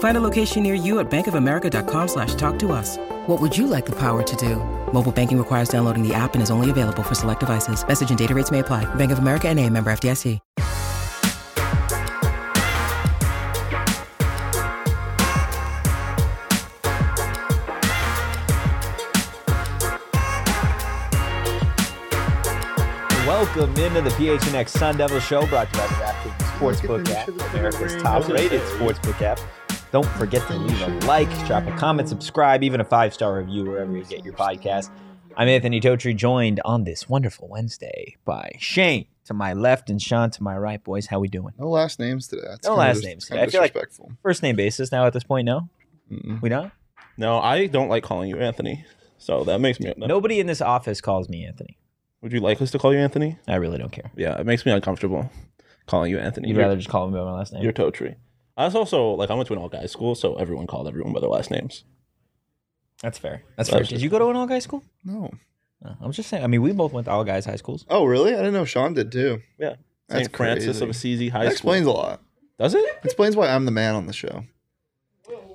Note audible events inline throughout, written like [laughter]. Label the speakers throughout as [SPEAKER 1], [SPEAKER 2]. [SPEAKER 1] Find a location near you at bankofamerica.com slash talk to us. What would you like the power to do? Mobile banking requires downloading the app and is only available for select devices. Message and data rates may apply. Bank of America and a member FDIC.
[SPEAKER 2] Welcome into the PHNX Sun Devil Show, brought to you by the DraftKings
[SPEAKER 3] Look
[SPEAKER 2] Sportsbook
[SPEAKER 3] at them,
[SPEAKER 2] app,
[SPEAKER 3] should have been
[SPEAKER 2] America's
[SPEAKER 3] wearing
[SPEAKER 2] top-rated
[SPEAKER 3] those.
[SPEAKER 2] sportsbook app. Don't forget to leave a like, drop a comment, subscribe, even a five-star review wherever you get your podcast. I'm Anthony Totri, joined on this wonderful Wednesday by Shane to my left and Sean to my right. Boys, how we doing?
[SPEAKER 3] No last names today. That's
[SPEAKER 2] No
[SPEAKER 3] kinda
[SPEAKER 2] last
[SPEAKER 3] dis-
[SPEAKER 2] names
[SPEAKER 3] kinda
[SPEAKER 2] today. I feel like-
[SPEAKER 3] disrespectful.
[SPEAKER 2] First name basis now at this point. No,
[SPEAKER 3] Mm-mm.
[SPEAKER 2] we not.
[SPEAKER 4] No, I don't like calling you Anthony. So that makes me. No.
[SPEAKER 2] Nobody in this office calls me Anthony.
[SPEAKER 4] Would you like us to call you Anthony?
[SPEAKER 2] I really don't care.
[SPEAKER 4] Yeah, it makes me uncomfortable calling you Anthony.
[SPEAKER 2] You'd
[SPEAKER 4] You're-
[SPEAKER 2] rather just call me by my last name.
[SPEAKER 4] You're toe tree. I was also like I went to an all guys school, so everyone called everyone by their last names.
[SPEAKER 2] That's fair. That's fair. Did you go to an all guys school?
[SPEAKER 3] No.
[SPEAKER 2] No, Uh, I'm just saying. I mean, we both went to all guys high schools.
[SPEAKER 3] Oh, really? I didn't know Sean did too.
[SPEAKER 4] Yeah,
[SPEAKER 3] That's
[SPEAKER 4] St. Francis
[SPEAKER 3] crazy.
[SPEAKER 4] of Assisi High
[SPEAKER 3] that
[SPEAKER 4] School.
[SPEAKER 3] explains a lot.
[SPEAKER 4] Does it?
[SPEAKER 3] Explains why I'm the man on the show.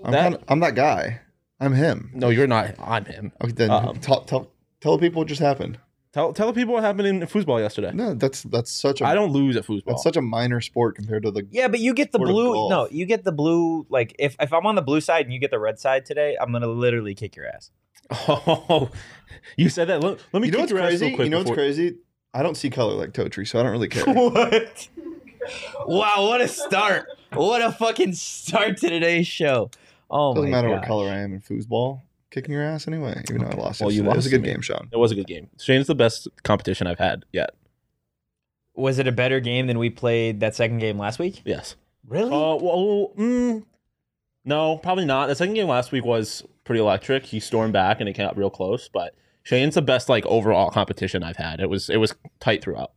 [SPEAKER 3] I'm
[SPEAKER 4] That-
[SPEAKER 3] that, I'm that guy. I'm him.
[SPEAKER 4] No, you're not. I'm him.
[SPEAKER 3] Okay, then
[SPEAKER 4] Um,
[SPEAKER 3] tell, tell tell the people what just happened.
[SPEAKER 4] Tell tell the people what happened in foosball yesterday.
[SPEAKER 3] No, that's that's such a
[SPEAKER 4] I don't lose at foosball.
[SPEAKER 3] that's such a minor sport compared to the
[SPEAKER 2] Yeah, but you get the
[SPEAKER 3] Or to
[SPEAKER 2] blue.
[SPEAKER 3] golf.
[SPEAKER 2] No, you get the blue. Like if if I'm on the blue side and you get the red side today, I'm gonna literally kick your ass.
[SPEAKER 4] [laughs] Oh, you said that. Let, let me.
[SPEAKER 3] You know
[SPEAKER 4] kick
[SPEAKER 3] what's
[SPEAKER 4] your ass real
[SPEAKER 3] crazy?
[SPEAKER 4] quick
[SPEAKER 3] You know what's
[SPEAKER 4] before- Oh
[SPEAKER 3] crazy? I don't see color like Totri, so I don't really
[SPEAKER 4] [laughs]
[SPEAKER 3] care.
[SPEAKER 2] [laughs] What? wow, what a start! What a fucking start to today's show. Oh
[SPEAKER 3] Doesn't
[SPEAKER 2] my
[SPEAKER 3] matter what
[SPEAKER 2] gosh.
[SPEAKER 3] color I am in foosball. Kicking your ass anyway, even though I lost.
[SPEAKER 4] Well,
[SPEAKER 3] yesterday.
[SPEAKER 4] you
[SPEAKER 3] It was a
[SPEAKER 4] lost
[SPEAKER 3] good
[SPEAKER 4] to me.
[SPEAKER 3] game, Sean.
[SPEAKER 4] It was a good game. Shane's the best competition I've had yet.
[SPEAKER 2] Was it a better game than we played that second game last week?
[SPEAKER 4] Yes.
[SPEAKER 2] Really?
[SPEAKER 4] Uh, well, mm, no, probably not. The second game last week was pretty electric. He stormed back and it came out real close. But Shane's the best like overall competition I've had. It was it was tight throughout.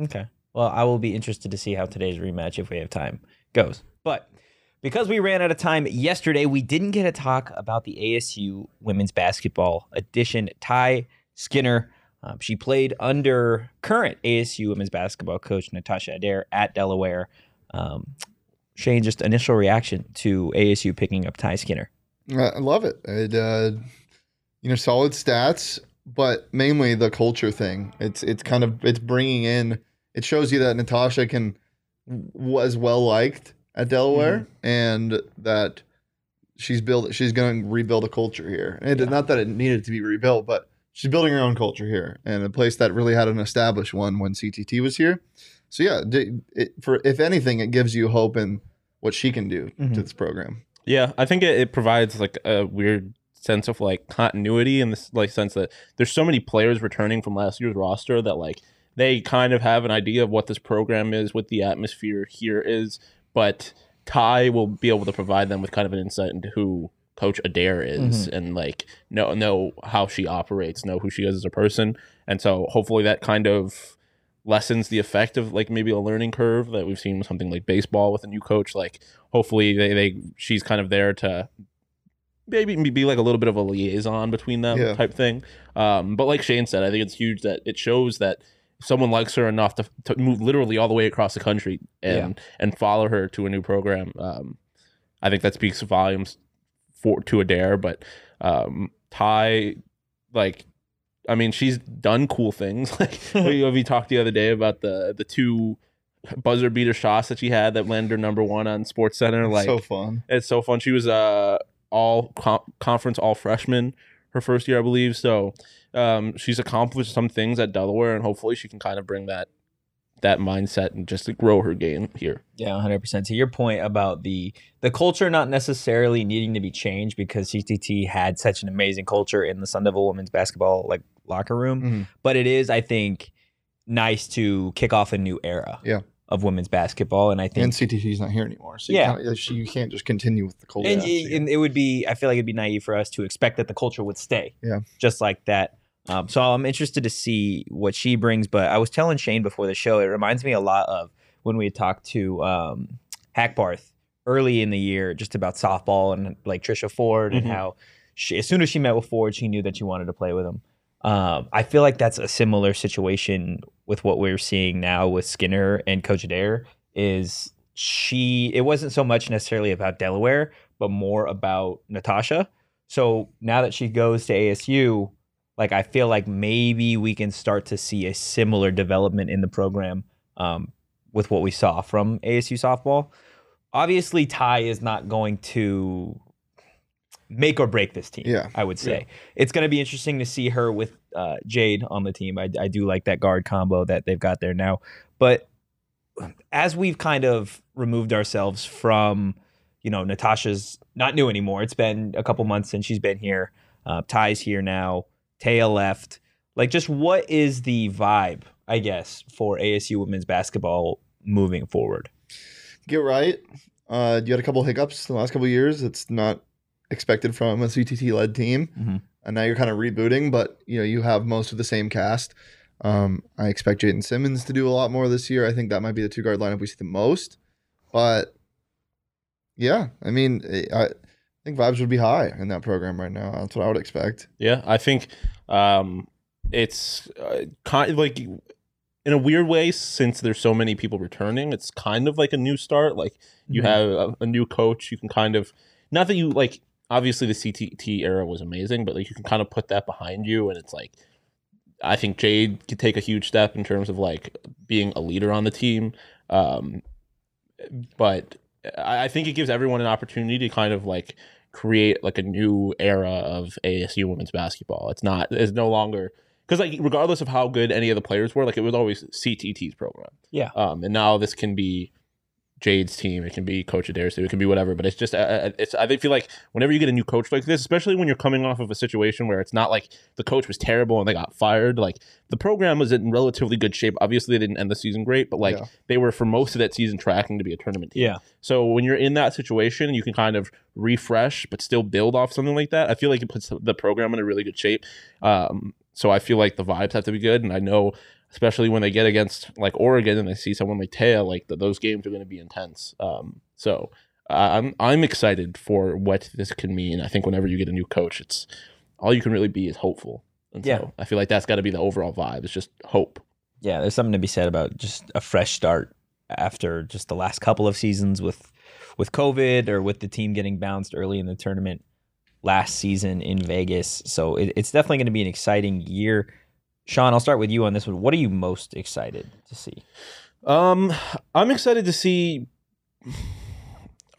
[SPEAKER 2] Okay. Well, I will be interested to see how today's rematch, if we have time, goes. But because we ran out of time yesterday, we didn't get to talk about the ASU women's basketball edition. Ty Skinner, um, she played under current ASU women's basketball coach Natasha Adair at Delaware. Um, Shane, just initial reaction to ASU picking up Ty Skinner.
[SPEAKER 3] I I love it. It, uh, you know, solid stats, but mainly the culture thing. It's it's kind of it's bringing in. It shows you that Natasha can was well liked at Delaware, and that she's built. She's going to rebuild a culture here. And it, not that it needed to be rebuilt, but she's building her own culture here, and a place that really had an established one when CTT was here. So yeah, d- it, for if anything, it gives you hope in what she can do
[SPEAKER 2] Mhm.
[SPEAKER 3] to this program.
[SPEAKER 4] Yeah, I think it, it provides like a weird sense of like continuity in this like sense that there's so many players returning from last year's roster that like they kind of have an idea of what this program is, what the atmosphere here is, but Ty will be able to provide them with kind of an insight into who Coach Adair is and like know know how she operates, know who she is as a person, and so hopefully that kind of lessens the effect of like maybe a learning curve that we've seen with something like baseball with a new coach like hopefully they, they she's kind of there to maybe be like a little bit of a liaison between them
[SPEAKER 3] Yeah.
[SPEAKER 4] type thing um, but like shane said i think it's huge that it shows that if someone likes her enough to, to move literally all the way across the country and and follow her to a new program um, i think that speaks volumes for to adair but um, ty like I mean, she's done cool things. [laughs] Like we, we talked the other day about the the two buzzer beater shots that she had that landed her number one on Sports Center. Like
[SPEAKER 3] so fun.
[SPEAKER 4] it's so fun. She was uh all com- conference all freshman her first year, I believe. So um, she's accomplished some things at Delaware, and hopefully she can kind of bring that that mindset and just to grow her game here.
[SPEAKER 2] Yeah, 100%. To your point about the the culture not necessarily needing to be changed because CTT had such an amazing culture in the Sun Devil women's basketball like locker room,
[SPEAKER 3] Mhm.
[SPEAKER 2] but it is I think nice to kick off a new era
[SPEAKER 3] Yeah.
[SPEAKER 2] of women's basketball and I think
[SPEAKER 3] And CTT's not here anymore, so
[SPEAKER 2] Yeah.
[SPEAKER 3] you, kinda, she- you can't just continue with the cold.
[SPEAKER 2] and,
[SPEAKER 3] ass,
[SPEAKER 2] it,
[SPEAKER 3] you know?
[SPEAKER 2] and it would be i feel like it'd be naive for us to expect that the culture would stay
[SPEAKER 3] Yeah.
[SPEAKER 2] just like that um, so i'm interested to see what she brings but i was telling shane before the show it reminds me a lot of when we had talked to um, hackbarth early in the year just about softball and like trisha ford
[SPEAKER 4] Mhm.
[SPEAKER 2] and how she, as soon as she met with ford she knew that she wanted to play with him um, I feel like that's a similar situation with what we're seeing now with Skinner and Coach Adair. Is she? It wasn't so much necessarily about Delaware, but more about Natasha. So now that she goes to ASU, like I feel like maybe we can start to see a similar development in the program um, with what we saw from ASU softball. Obviously, Ty is not going to make or break this team.
[SPEAKER 3] Yeah.
[SPEAKER 2] I would say it's going to be interesting to see her with uh, Jade on the team. I, I do like that guard combo that they've got there now. But as we've kind of removed ourselves from, you know, Natasha's not new anymore. It's been a couple months since she's been here. Uh, Ty's here now. Taya left. Like, just what is the vibe, I guess, for ASU women's basketball moving forward?
[SPEAKER 3] get right. Uh, you had a couple hiccups the last couple years. It's not expected from a CTT led team,
[SPEAKER 4] Mm-hmm.
[SPEAKER 2] Mhm.
[SPEAKER 3] and now you're kind of rebooting. But you know you have most of the same cast. Um, I expect Jaden Simmons to do a lot more this year. I think that might be the two guard lineup we see the most. But yeah, I mean, eh, I I think vibes would be high in that program right now. That's what I would expect.
[SPEAKER 4] Yeah, I think um, it's uh, kind of like in a weird way since there's so many people returning. It's kind of like a new start. Like you
[SPEAKER 2] Mhm.
[SPEAKER 4] have a, a new coach. You can kind of not that you like. Obviously, the CTT era was amazing, but like you can kind of put that behind you, and it's like I think Jade could take a huge step in terms of like being a leader on the team. Um, but I, I think it gives everyone an opportunity to kind of like create like a new era of ASU women's basketball. It's not it's no longer because like regardless of how good any of the players were, like it was always CTT's program.
[SPEAKER 2] Yeah.
[SPEAKER 4] Um, and now this can be Jade's team. It can be Coach Adair's team. It can be whatever. But it's just uh, it's I feel like whenever you get a new coach like this, especially when you're coming off of a situation where it's not like the coach was terrible and they got fired. Like the program was in relatively good shape. Obviously, they didn't end the season great, but like
[SPEAKER 3] Yeah.
[SPEAKER 4] they were for most of that season tracking to be a tournament team.
[SPEAKER 2] Yeah.
[SPEAKER 4] So when you're in that situation, you can kind of refresh, but still build off something like that. I feel like it puts the program in a really good shape. Um, so I feel like the vibes have to be good, and I know, especially when they get against like Oregon and they see someone like Taya, like th those games are going to be intense. Um, so uh, I'm I'm excited for what this can mean. I think whenever you get a new coach, it's all you can really be is hopeful. And
[SPEAKER 2] Yeah.
[SPEAKER 4] so I feel like that's got to be the overall vibe. It's just hope.
[SPEAKER 2] yeah, there's something to be said about just a fresh start after just the last couple of seasons with with COVID or with the team getting bounced early in the tournament last season in Vegas. So it, it's definitely going to be an exciting year. Sean, I'll start with you on this one. What are you most excited to see?
[SPEAKER 4] Um, I'm excited to see.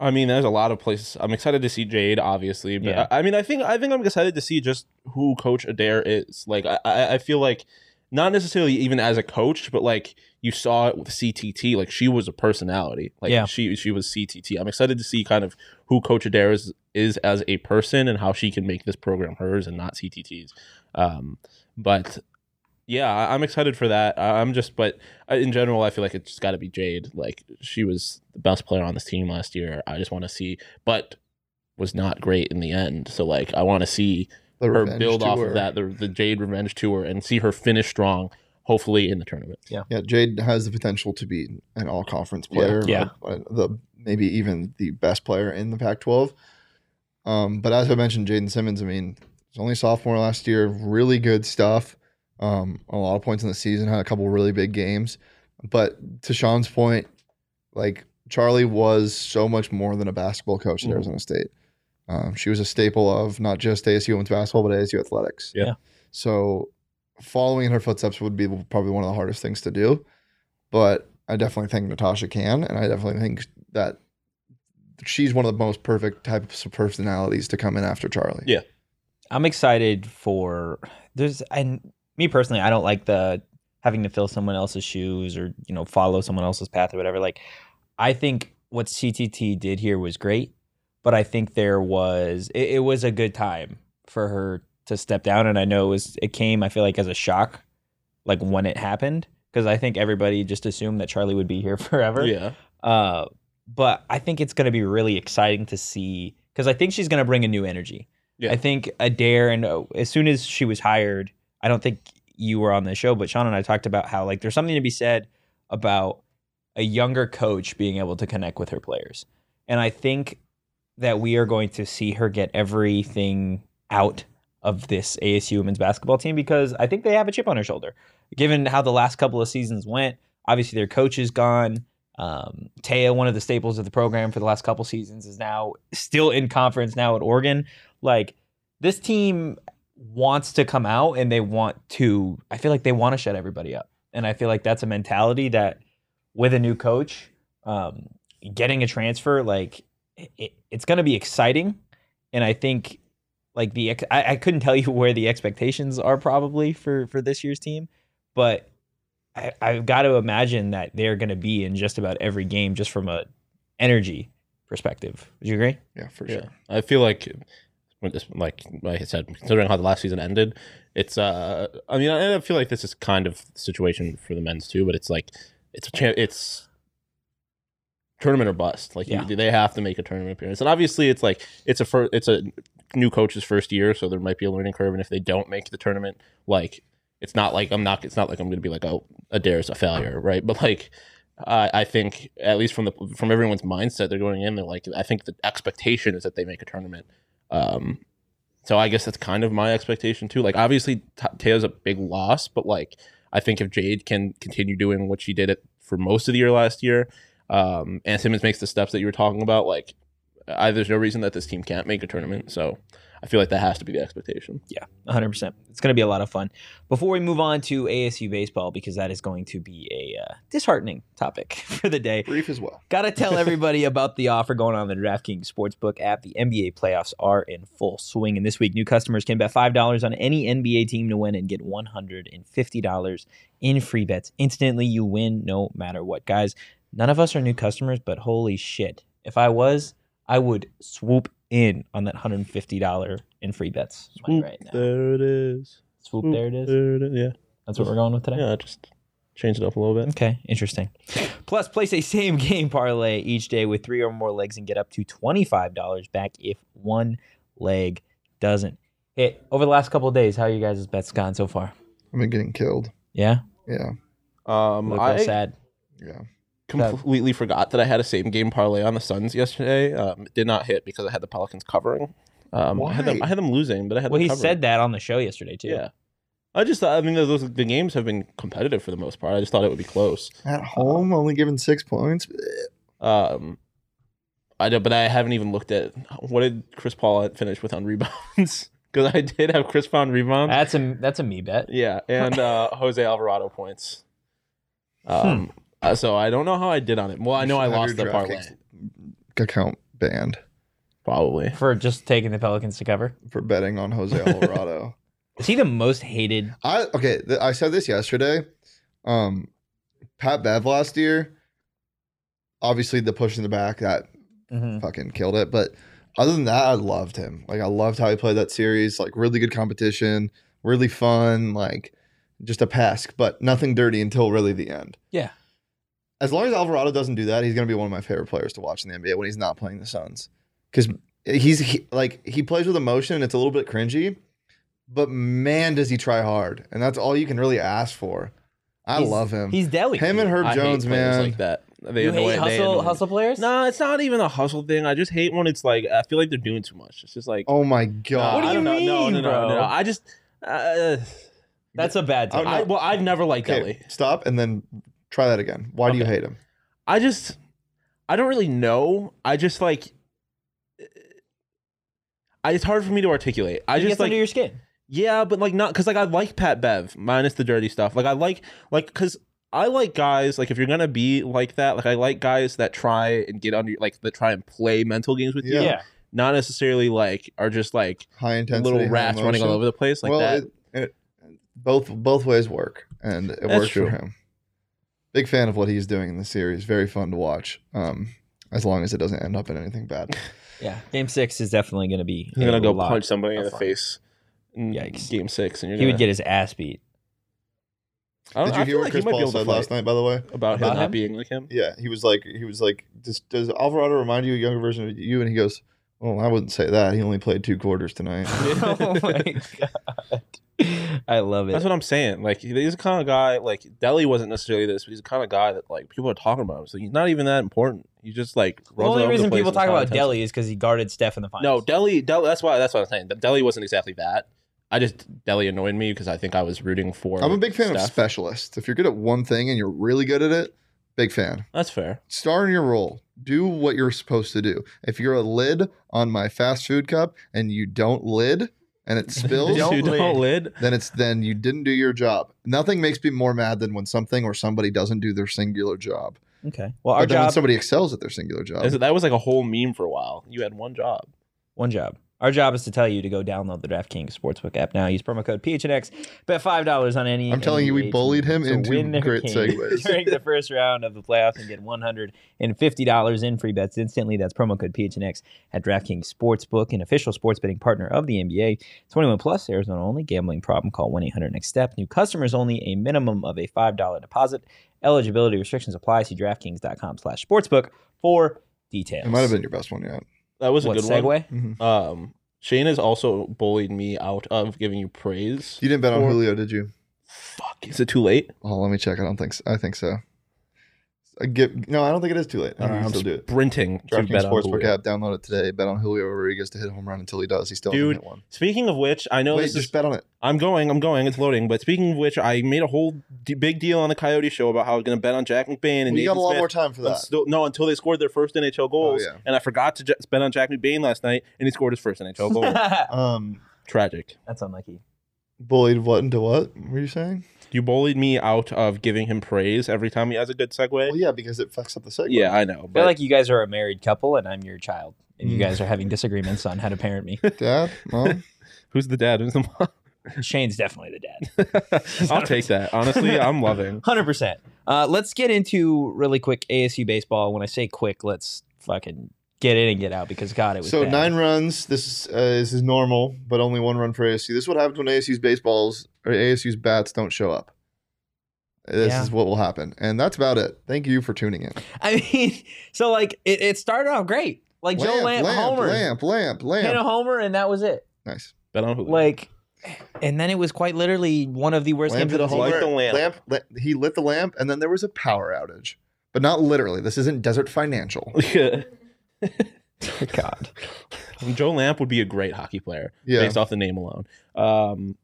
[SPEAKER 4] I mean, there's a lot of places. I'm excited to see Jade, obviously, but
[SPEAKER 2] Yeah.
[SPEAKER 4] I, I mean, I think I think I'm excited to see just who Coach Adair is. Like, I I I feel like not necessarily even as a coach, but like you saw it with CTT. Like, she was a personality. Like,
[SPEAKER 2] Yeah.
[SPEAKER 4] she she was CTT. I'm excited to see kind of who Coach Adair is is as a person and how she can make this program hers and not CTT's. Um, but yeah, I- I'm excited for that. I- I'm just, but uh, in general, I feel like it's just got to be Jade. Like she was the best player on this team last year. I just want to see, but was not great in the end. So like, I want to see
[SPEAKER 3] The
[SPEAKER 4] her
[SPEAKER 3] revenge
[SPEAKER 4] build off
[SPEAKER 3] tour.
[SPEAKER 4] of that, the, the Jade revenge tour, and see her finish strong. Hopefully in the tournament.
[SPEAKER 3] Yeah, Jade has the potential to be an all conference player.
[SPEAKER 2] Yeah.
[SPEAKER 3] uh, The maybe even the best player in the Pac 12. Um, but as I mentioned, Jaden Simmons, I mean, he's only sophomore last year, really good stuff. Um, a lot of points in the season, had a couple really big games. But to Sean's point, like Charlie was so much more than a basketball coach at
[SPEAKER 4] Mhm.
[SPEAKER 3] Arizona State. Um, she was a staple of not just ASU women's basketball, but ASU athletics.
[SPEAKER 4] Yeah.
[SPEAKER 2] Yeah.
[SPEAKER 3] So following in her footsteps would be probably one of the hardest things to do. But I definitely think Natasha can, and I definitely think that she's one of the most perfect types of personalities to come in after Charlie.
[SPEAKER 4] Yeah.
[SPEAKER 2] I'm excited for there's and me personally, I don't like the having to fill someone else's shoes or you know follow someone else's path or whatever. Like, I think what CTT did here was great, but I think there was it, it was a good time for her to step down, and I know it was it came I feel like as a shock, like when it happened because I think everybody just assumed that Charlie would be here [laughs] forever.
[SPEAKER 4] Yeah.
[SPEAKER 2] Uh, but I think it's going to be really exciting to see because I think she's going to bring a new energy.
[SPEAKER 4] Yeah.
[SPEAKER 2] I think Adair and uh, as soon as she was hired, I don't think you were on the show, but Sean and I talked about how like there's something to be said about a younger coach being able to connect with her players, and I think that we are going to see her get everything out of this ASU women's basketball team because I think they have a chip on her shoulder, given how the last couple of seasons went. Obviously, their coach is gone. Um, Taya, one of the staples of the program for the last couple seasons, is now still in conference now at Oregon. Like this team wants to come out and they want to. I feel like they want to shut everybody up, and I feel like that's a mentality that with a new coach, um, getting a transfer, like it, it's going to be exciting, and I think like the ex- I, I couldn't tell you [laughs] where the expectations are probably for for this year's team, but I, I've got to imagine that they're going to be in just about every game, just from a energy perspective. Would you agree?
[SPEAKER 3] Yeah, for
[SPEAKER 4] Yeah,
[SPEAKER 3] sure.
[SPEAKER 4] I feel like when this, like like I said, considering how the last season ended, it's. uh I mean, I, I feel like this is kind of the situation for the men's too, but it's like it's a cha- it's tournament or bust. Like
[SPEAKER 2] Yeah.
[SPEAKER 4] you, they have to make a tournament appearance, and obviously it's like it's a first, it's a new coach's first year, so there might be a learning curve, and if they don't make the tournament, like. It's not like I'm not. It's not like I'm going to be like, oh, Adair's a failure, right? But like, I I think at least from the from everyone's mindset they're going in they're like I think the expectation is that they make a tournament. Um, so I guess that's kind of my expectation too. Like obviously Ta- Taya's a big loss, but like I think if Jade can continue doing what she did it for most of the year last year, um, and Simmons makes the steps that you were talking about, like I, there's no reason that this team can't make a tournament. So I feel like that has to be the expectation.
[SPEAKER 2] Yeah, 100%. It's going to be a lot of fun. Before we move on to ASU baseball, because that is going to be a uh, disheartening topic [laughs] for the day,
[SPEAKER 3] Brief as well.
[SPEAKER 2] Got to tell everybody about the offer going on in the DraftKings Sportsbook app. The NBA playoffs are in full swing, and this week new customers can bet $5 on any NBA team to win and get $150 in free bets. Instantly, you win no matter what. Guys, none of us are new customers, but holy shit. If I was, I would swoop in on that $150 in free bets like, right now.
[SPEAKER 4] there it is.
[SPEAKER 2] Swoop, there it is.
[SPEAKER 4] There it is. Yeah,
[SPEAKER 2] That's what we're going with today.
[SPEAKER 4] yeah. Just change it up a little bit.
[SPEAKER 2] Okay, interesting. Plus, place a [laughs] same game parlay each day with three or more legs and get up to $25 back if one leg doesn't hit. Over the last couple of days, how are you guys' bets gone so far?
[SPEAKER 3] I've been getting killed.
[SPEAKER 2] Yeah?
[SPEAKER 3] Yeah,
[SPEAKER 4] Um,
[SPEAKER 2] Look real
[SPEAKER 4] I,
[SPEAKER 2] sad.
[SPEAKER 3] yeah.
[SPEAKER 4] completely forgot that I had a same game parlay on the Suns yesterday. Um, it did not hit because I had the Pelicans covering. Um, I had them.
[SPEAKER 3] Why?
[SPEAKER 4] I had them losing, but I had.
[SPEAKER 2] Well,
[SPEAKER 4] them
[SPEAKER 2] he
[SPEAKER 4] covering.
[SPEAKER 2] said that on the show yesterday, too.
[SPEAKER 4] Yeah. I just thought. I mean, those the games have been competitive for the most part. I just thought it would be close.
[SPEAKER 3] At home, only given six points. Eh,
[SPEAKER 4] Um, I don't, but I haven't even looked at what did Chris Paul finish with on [laughs] rebounds because I did have Chris Paul on rebounds.
[SPEAKER 2] That's a that's a me bet.
[SPEAKER 4] Yeah,
[SPEAKER 2] [laughs]
[SPEAKER 4] and uh, Jose Alvarado points.
[SPEAKER 2] Hmm.
[SPEAKER 4] Um, uh, so I don't know how I did on it. Well, I know I
[SPEAKER 3] Have your
[SPEAKER 4] lost the parlay.
[SPEAKER 3] DraftKings Account banned
[SPEAKER 4] Probably.
[SPEAKER 2] For just taking the Pelicans to cover.
[SPEAKER 3] for betting on
[SPEAKER 4] [laughs]
[SPEAKER 3] Jose Alvarado.
[SPEAKER 2] Is he the most hated?
[SPEAKER 3] I okay. Th- I said this yesterday. Um, Pat Bev last year. Obviously, the push in the back that
[SPEAKER 2] Mhm.
[SPEAKER 3] fucking killed it. But other than that, I loved him. Like I loved how he played that series. Like really good competition, really fun. Like just a pass, but nothing dirty until really the end.
[SPEAKER 2] Yeah.
[SPEAKER 3] As long as Alvarado doesn't do that, he's gonna be one of my favorite players to watch in the NBA when he's not playing the Suns, because he's he, like he plays with emotion and it's a little bit cringy, but man, does he try hard, and that's all you can really ask for. I
[SPEAKER 2] He's-
[SPEAKER 3] love him.
[SPEAKER 2] He's deli.
[SPEAKER 3] him and Herb
[SPEAKER 4] I hate
[SPEAKER 3] Jones,
[SPEAKER 4] players
[SPEAKER 3] man.
[SPEAKER 4] like that. They
[SPEAKER 2] you hate
[SPEAKER 4] annoy- they
[SPEAKER 2] hustle,
[SPEAKER 4] annoy me.
[SPEAKER 2] hustle players?
[SPEAKER 4] No, it's not even a hustle thing. I just hate when it's like I feel like they're doing too much. It's just like
[SPEAKER 3] Oh my
[SPEAKER 4] uh,
[SPEAKER 3] god.
[SPEAKER 2] What do
[SPEAKER 4] I
[SPEAKER 2] you
[SPEAKER 4] don't know. No,
[SPEAKER 2] mean,
[SPEAKER 4] no, no, no,
[SPEAKER 2] bro?
[SPEAKER 4] no. I just uh,
[SPEAKER 2] That's a bad
[SPEAKER 3] I
[SPEAKER 2] take.
[SPEAKER 3] don't
[SPEAKER 4] I,
[SPEAKER 3] know.
[SPEAKER 4] well, I've never liked
[SPEAKER 3] okay,
[SPEAKER 4] Ellie.
[SPEAKER 3] stop and then try that again. Why do you hate him?
[SPEAKER 4] I just I don't really know. I just like I, it's hard for me to articulate. I
[SPEAKER 2] He
[SPEAKER 4] just
[SPEAKER 2] gets
[SPEAKER 4] like
[SPEAKER 2] under your skin.
[SPEAKER 4] Yeah, but like not because like I like Pat Bev minus the dirty stuff. Like I like like because I like guys like if you're gonna be like that, like I like guys that try and get under like that try and play mental games with
[SPEAKER 3] Yeah.
[SPEAKER 4] you, not necessarily like are just like
[SPEAKER 3] High intensity,
[SPEAKER 4] little
[SPEAKER 3] high
[SPEAKER 4] rats running all
[SPEAKER 3] emotion?
[SPEAKER 4] over the place like that.
[SPEAKER 3] It, it, both both ways work. and it
[SPEAKER 4] That's
[SPEAKER 3] worked
[SPEAKER 4] true.
[SPEAKER 3] for him. Big fan of what he's doing in the series. Very fun to watch. Um, as long as it doesn't end up in anything bad.
[SPEAKER 2] Yeah, game six is definitely going to be.
[SPEAKER 4] He's gonna
[SPEAKER 2] a
[SPEAKER 4] go
[SPEAKER 2] lot
[SPEAKER 4] punch somebody in
[SPEAKER 2] of
[SPEAKER 4] the
[SPEAKER 2] fun.
[SPEAKER 4] face. In
[SPEAKER 2] Yikes.
[SPEAKER 4] Game six, and you're
[SPEAKER 2] He would
[SPEAKER 4] gonna-
[SPEAKER 2] get his ass
[SPEAKER 4] [laughs]
[SPEAKER 2] beat.
[SPEAKER 4] [laughs] I don't
[SPEAKER 3] Did
[SPEAKER 4] know,
[SPEAKER 3] you hear
[SPEAKER 4] I feel
[SPEAKER 3] what
[SPEAKER 4] like he
[SPEAKER 3] Chris
[SPEAKER 4] might be
[SPEAKER 3] Paul
[SPEAKER 4] able to
[SPEAKER 3] said
[SPEAKER 4] fight
[SPEAKER 3] last night? By the way,
[SPEAKER 4] about,
[SPEAKER 2] About
[SPEAKER 4] him not
[SPEAKER 2] him?
[SPEAKER 4] being like him?
[SPEAKER 3] yeah, he was like, he was like, does, does Alvarado remind you of a younger version of you? And he goes, well, I wouldn't say that. He only played two quarters
[SPEAKER 4] [laughs]
[SPEAKER 3] tonight.
[SPEAKER 2] oh my god, [laughs] I love it.
[SPEAKER 4] That's what I'm saying. Like he's the kind of guy. Like Delhi wasn't necessarily this, but he's the kind of guy that like people are talking about him. So he's not even that important. He just like
[SPEAKER 2] the
[SPEAKER 4] runs all
[SPEAKER 2] only
[SPEAKER 4] over
[SPEAKER 2] reason
[SPEAKER 4] place
[SPEAKER 2] people
[SPEAKER 4] and is
[SPEAKER 2] talk
[SPEAKER 4] high
[SPEAKER 2] about
[SPEAKER 4] intensity.
[SPEAKER 2] Delhi is because he guarded Steph in the
[SPEAKER 4] No,
[SPEAKER 2] finals.
[SPEAKER 4] Delhi. Delhi. That's why. That's what I'm saying. Delhi wasn't exactly that. I just Delhi annoyed me because I think I was rooting for.
[SPEAKER 3] I'm a big fan of
[SPEAKER 4] Steph.
[SPEAKER 3] specialists. If you're good at one thing and you're really good at it, big fan.
[SPEAKER 4] That's fair.
[SPEAKER 3] Star in your role. Do what you're supposed to do. If you're a lid on my fast food cup and you don't lid and
[SPEAKER 4] [laughs]
[SPEAKER 3] it spills,
[SPEAKER 2] Don't
[SPEAKER 4] You
[SPEAKER 2] lid.
[SPEAKER 3] then it's then you didn't do your job. Nothing makes me more mad than when something or somebody doesn't do their singular job.
[SPEAKER 2] Okay. Well,
[SPEAKER 3] But
[SPEAKER 2] our
[SPEAKER 3] then when
[SPEAKER 2] job,
[SPEAKER 3] somebody excels at their singular job.
[SPEAKER 4] That's- That was like a whole meme for a while. You had one job.
[SPEAKER 2] one job. Our job is to tell you to go download the DraftKings Sportsbook app now. Use promo code PHNX. Bet five dollars on any.
[SPEAKER 3] I'm telling you, we
[SPEAKER 2] NBA
[SPEAKER 3] bullied
[SPEAKER 2] team
[SPEAKER 3] him
[SPEAKER 2] to
[SPEAKER 3] into
[SPEAKER 2] win their
[SPEAKER 3] great
[SPEAKER 2] game [laughs]
[SPEAKER 3] segues.
[SPEAKER 2] during the first round of the playoffs and get one hundred and fifty dollars in free bets instantly. That's promo code PHNX at DraftKings Sportsbook, an official sports betting partner of the NBA. 21 plus, Arizona only. Gambling problem? Call 1 800 Next Step. New customers only. A minimum of a five dollar deposit. Eligibility restrictions apply. See DraftKings.com/sportsbook for details.
[SPEAKER 3] it might have been your best one yet.
[SPEAKER 4] That was a
[SPEAKER 2] What,
[SPEAKER 4] good
[SPEAKER 2] segue?
[SPEAKER 3] [laughs] Mhm.
[SPEAKER 4] one. Um, Shane has also bullied me out of giving you praise.
[SPEAKER 3] You didn't bet on
[SPEAKER 4] for-
[SPEAKER 3] Julio, did you?
[SPEAKER 4] Fuck. Is it too late?
[SPEAKER 3] Oh, let me check. I don't think so. I think so. I get, no, I don't think it is too late. I think you
[SPEAKER 4] I'm
[SPEAKER 3] can still do it.
[SPEAKER 4] sprinting to
[SPEAKER 3] DraftKings
[SPEAKER 4] bet on
[SPEAKER 3] Sportsbook
[SPEAKER 4] Julio.
[SPEAKER 3] app. Download it today. Bet on Julio Rodriguez to hit a home run until he does. He still
[SPEAKER 4] Dude,
[SPEAKER 3] hasn't hit one.
[SPEAKER 4] Speaking of which, I know
[SPEAKER 3] Wait,
[SPEAKER 4] this
[SPEAKER 3] just
[SPEAKER 4] is.
[SPEAKER 3] bet on it.
[SPEAKER 4] I'm going. I'm going. It's loading. But speaking of which, I made a whole d- big deal on the Coyote show about how I was going to bet on Jack McBain and
[SPEAKER 3] We got
[SPEAKER 4] Nathan
[SPEAKER 3] a lot
[SPEAKER 4] Smith
[SPEAKER 3] more time for that. Oh,
[SPEAKER 4] Until- no, until they scored their first NHL goals,
[SPEAKER 3] yeah.
[SPEAKER 4] and I forgot to j- spend on Jack McBain last night, and he scored his first NHL
[SPEAKER 3] [laughs]
[SPEAKER 4] goal.
[SPEAKER 3] Um,
[SPEAKER 4] Tragic.
[SPEAKER 2] That's unlucky.
[SPEAKER 3] bullied what into what? Were you saying?
[SPEAKER 4] You bullied me out of giving him praise every time he has a good segue.
[SPEAKER 3] Well, yeah, because it fucks up the segment.
[SPEAKER 4] yeah, I know.
[SPEAKER 2] I feel
[SPEAKER 4] But
[SPEAKER 2] like you guys are a married couple and I'm your child. And you
[SPEAKER 3] Mm.
[SPEAKER 2] guys are having disagreements on how to parent [laughs] me.
[SPEAKER 3] [laughs] Dad, mom.
[SPEAKER 4] who's the dad? Who's the [laughs]
[SPEAKER 2] [laughs] Shane's definitely [laughs] the dad.
[SPEAKER 4] mom? I'll take that. Honestly, I'm loving.
[SPEAKER 2] [laughs] 100%. Uh, let's get into really quick ASU baseball. When I say quick, let's fucking get in and get out because, God, it was
[SPEAKER 3] So
[SPEAKER 2] bad.
[SPEAKER 3] nine runs. This is, uh, this is normal, but only one run for ASU. This is what happens when ASU's baseballs or ASU's bats don't show up. This
[SPEAKER 2] Yeah.
[SPEAKER 3] is what will happen, and that's about it. Thank you for tuning in.
[SPEAKER 2] [laughs] I mean, so like it, it started off great. Like Joe Lamp, homer.
[SPEAKER 3] lamp, lamp, lamp.
[SPEAKER 2] Hit a homer and that was it.
[SPEAKER 3] Nice.
[SPEAKER 4] Bet on Julio. [laughs]
[SPEAKER 2] Like, and then it was quite literally one of the worst
[SPEAKER 3] Lamp
[SPEAKER 2] games of
[SPEAKER 3] hit
[SPEAKER 2] the
[SPEAKER 3] a
[SPEAKER 2] season.
[SPEAKER 3] homer.
[SPEAKER 4] Light the lamp.
[SPEAKER 3] li- he lit the lamp, and then there was a power outage, but not literally. This isn't Desert Financial.
[SPEAKER 2] [laughs] God.
[SPEAKER 4] Joe Lamp would be a great hockey player
[SPEAKER 3] Yeah.
[SPEAKER 4] based off the name alone. Um,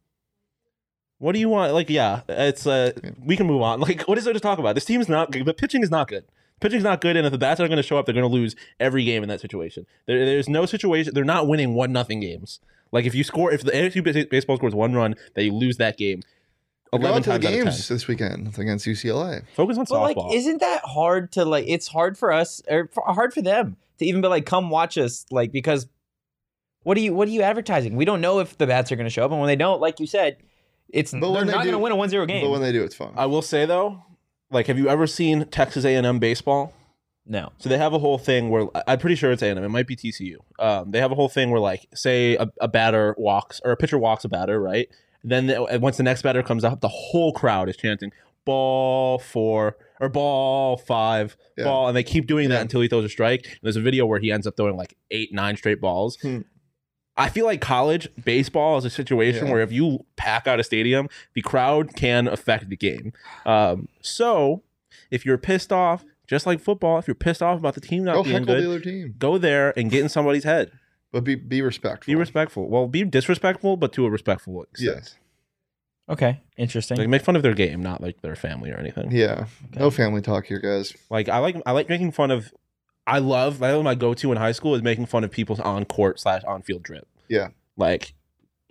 [SPEAKER 4] what do you want? Like, yeah, it's uh, we can move on. [laughs] Like, what is there to talk about? This team's not good. The pitching is not good. Pitching's not good, and if the bats are going to show up, they're going to lose every game in that situation. There, there's no situation. They're not winning one nothing games. Like, if you score, if the NXT bas- baseball scores one run, they lose that game.
[SPEAKER 3] Go
[SPEAKER 4] Eleven
[SPEAKER 3] out to the
[SPEAKER 4] times out of
[SPEAKER 3] games this weekend against UCLA.
[SPEAKER 4] 10. Focus on
[SPEAKER 2] But
[SPEAKER 4] softball.
[SPEAKER 2] like, isn't that hard to like? It's hard for us, or f- hard for them to even be like, "Come watch us," like because what are you what are you advertising? We don't know if the bats are going to show up, and when they don't, like you said, it's
[SPEAKER 3] But
[SPEAKER 2] they're
[SPEAKER 3] when they
[SPEAKER 2] not going to
[SPEAKER 3] do-
[SPEAKER 2] win a 1-0 game.
[SPEAKER 3] But when they do, it's fun.
[SPEAKER 4] I will say though, like, have you ever seen Texas A&M baseball?
[SPEAKER 2] no,
[SPEAKER 4] So they have a whole thing where I'm pretty sure it's A&M. It might be TCU. Um, they have a whole thing where like say a, a batter walks or a pitcher walks a batter, right? Then the, once the next batter comes up, the whole crowd is chanting ball four or ball five,
[SPEAKER 3] Yeah.
[SPEAKER 4] ball, and they keep doing that
[SPEAKER 3] Yeah.
[SPEAKER 4] until he throws a strike. And there's a video where he ends up throwing like eight, nine straight balls.
[SPEAKER 3] Hmm.
[SPEAKER 4] I feel like college baseball is a situation
[SPEAKER 3] Yeah.
[SPEAKER 4] where if you pack out a stadium, the crowd can affect the game. Um, so if you're pissed off, just like football, if you're pissed off about the team not
[SPEAKER 3] Go
[SPEAKER 4] being
[SPEAKER 3] heckle
[SPEAKER 4] good,
[SPEAKER 3] the other team,
[SPEAKER 4] go there and get in somebody's head.
[SPEAKER 3] but be be respectful.
[SPEAKER 4] Be respectful. Well, be disrespectful, but to a respectful extent.
[SPEAKER 3] Yes.
[SPEAKER 2] okay, interesting.
[SPEAKER 4] Like make fun of their game, not like their family or anything.
[SPEAKER 3] Yeah. No family talk here, guys.
[SPEAKER 4] Like I like I like making fun of. I love that was my go-to in high school is making fun of people's on court slash on field drip.
[SPEAKER 3] Yeah.
[SPEAKER 4] Like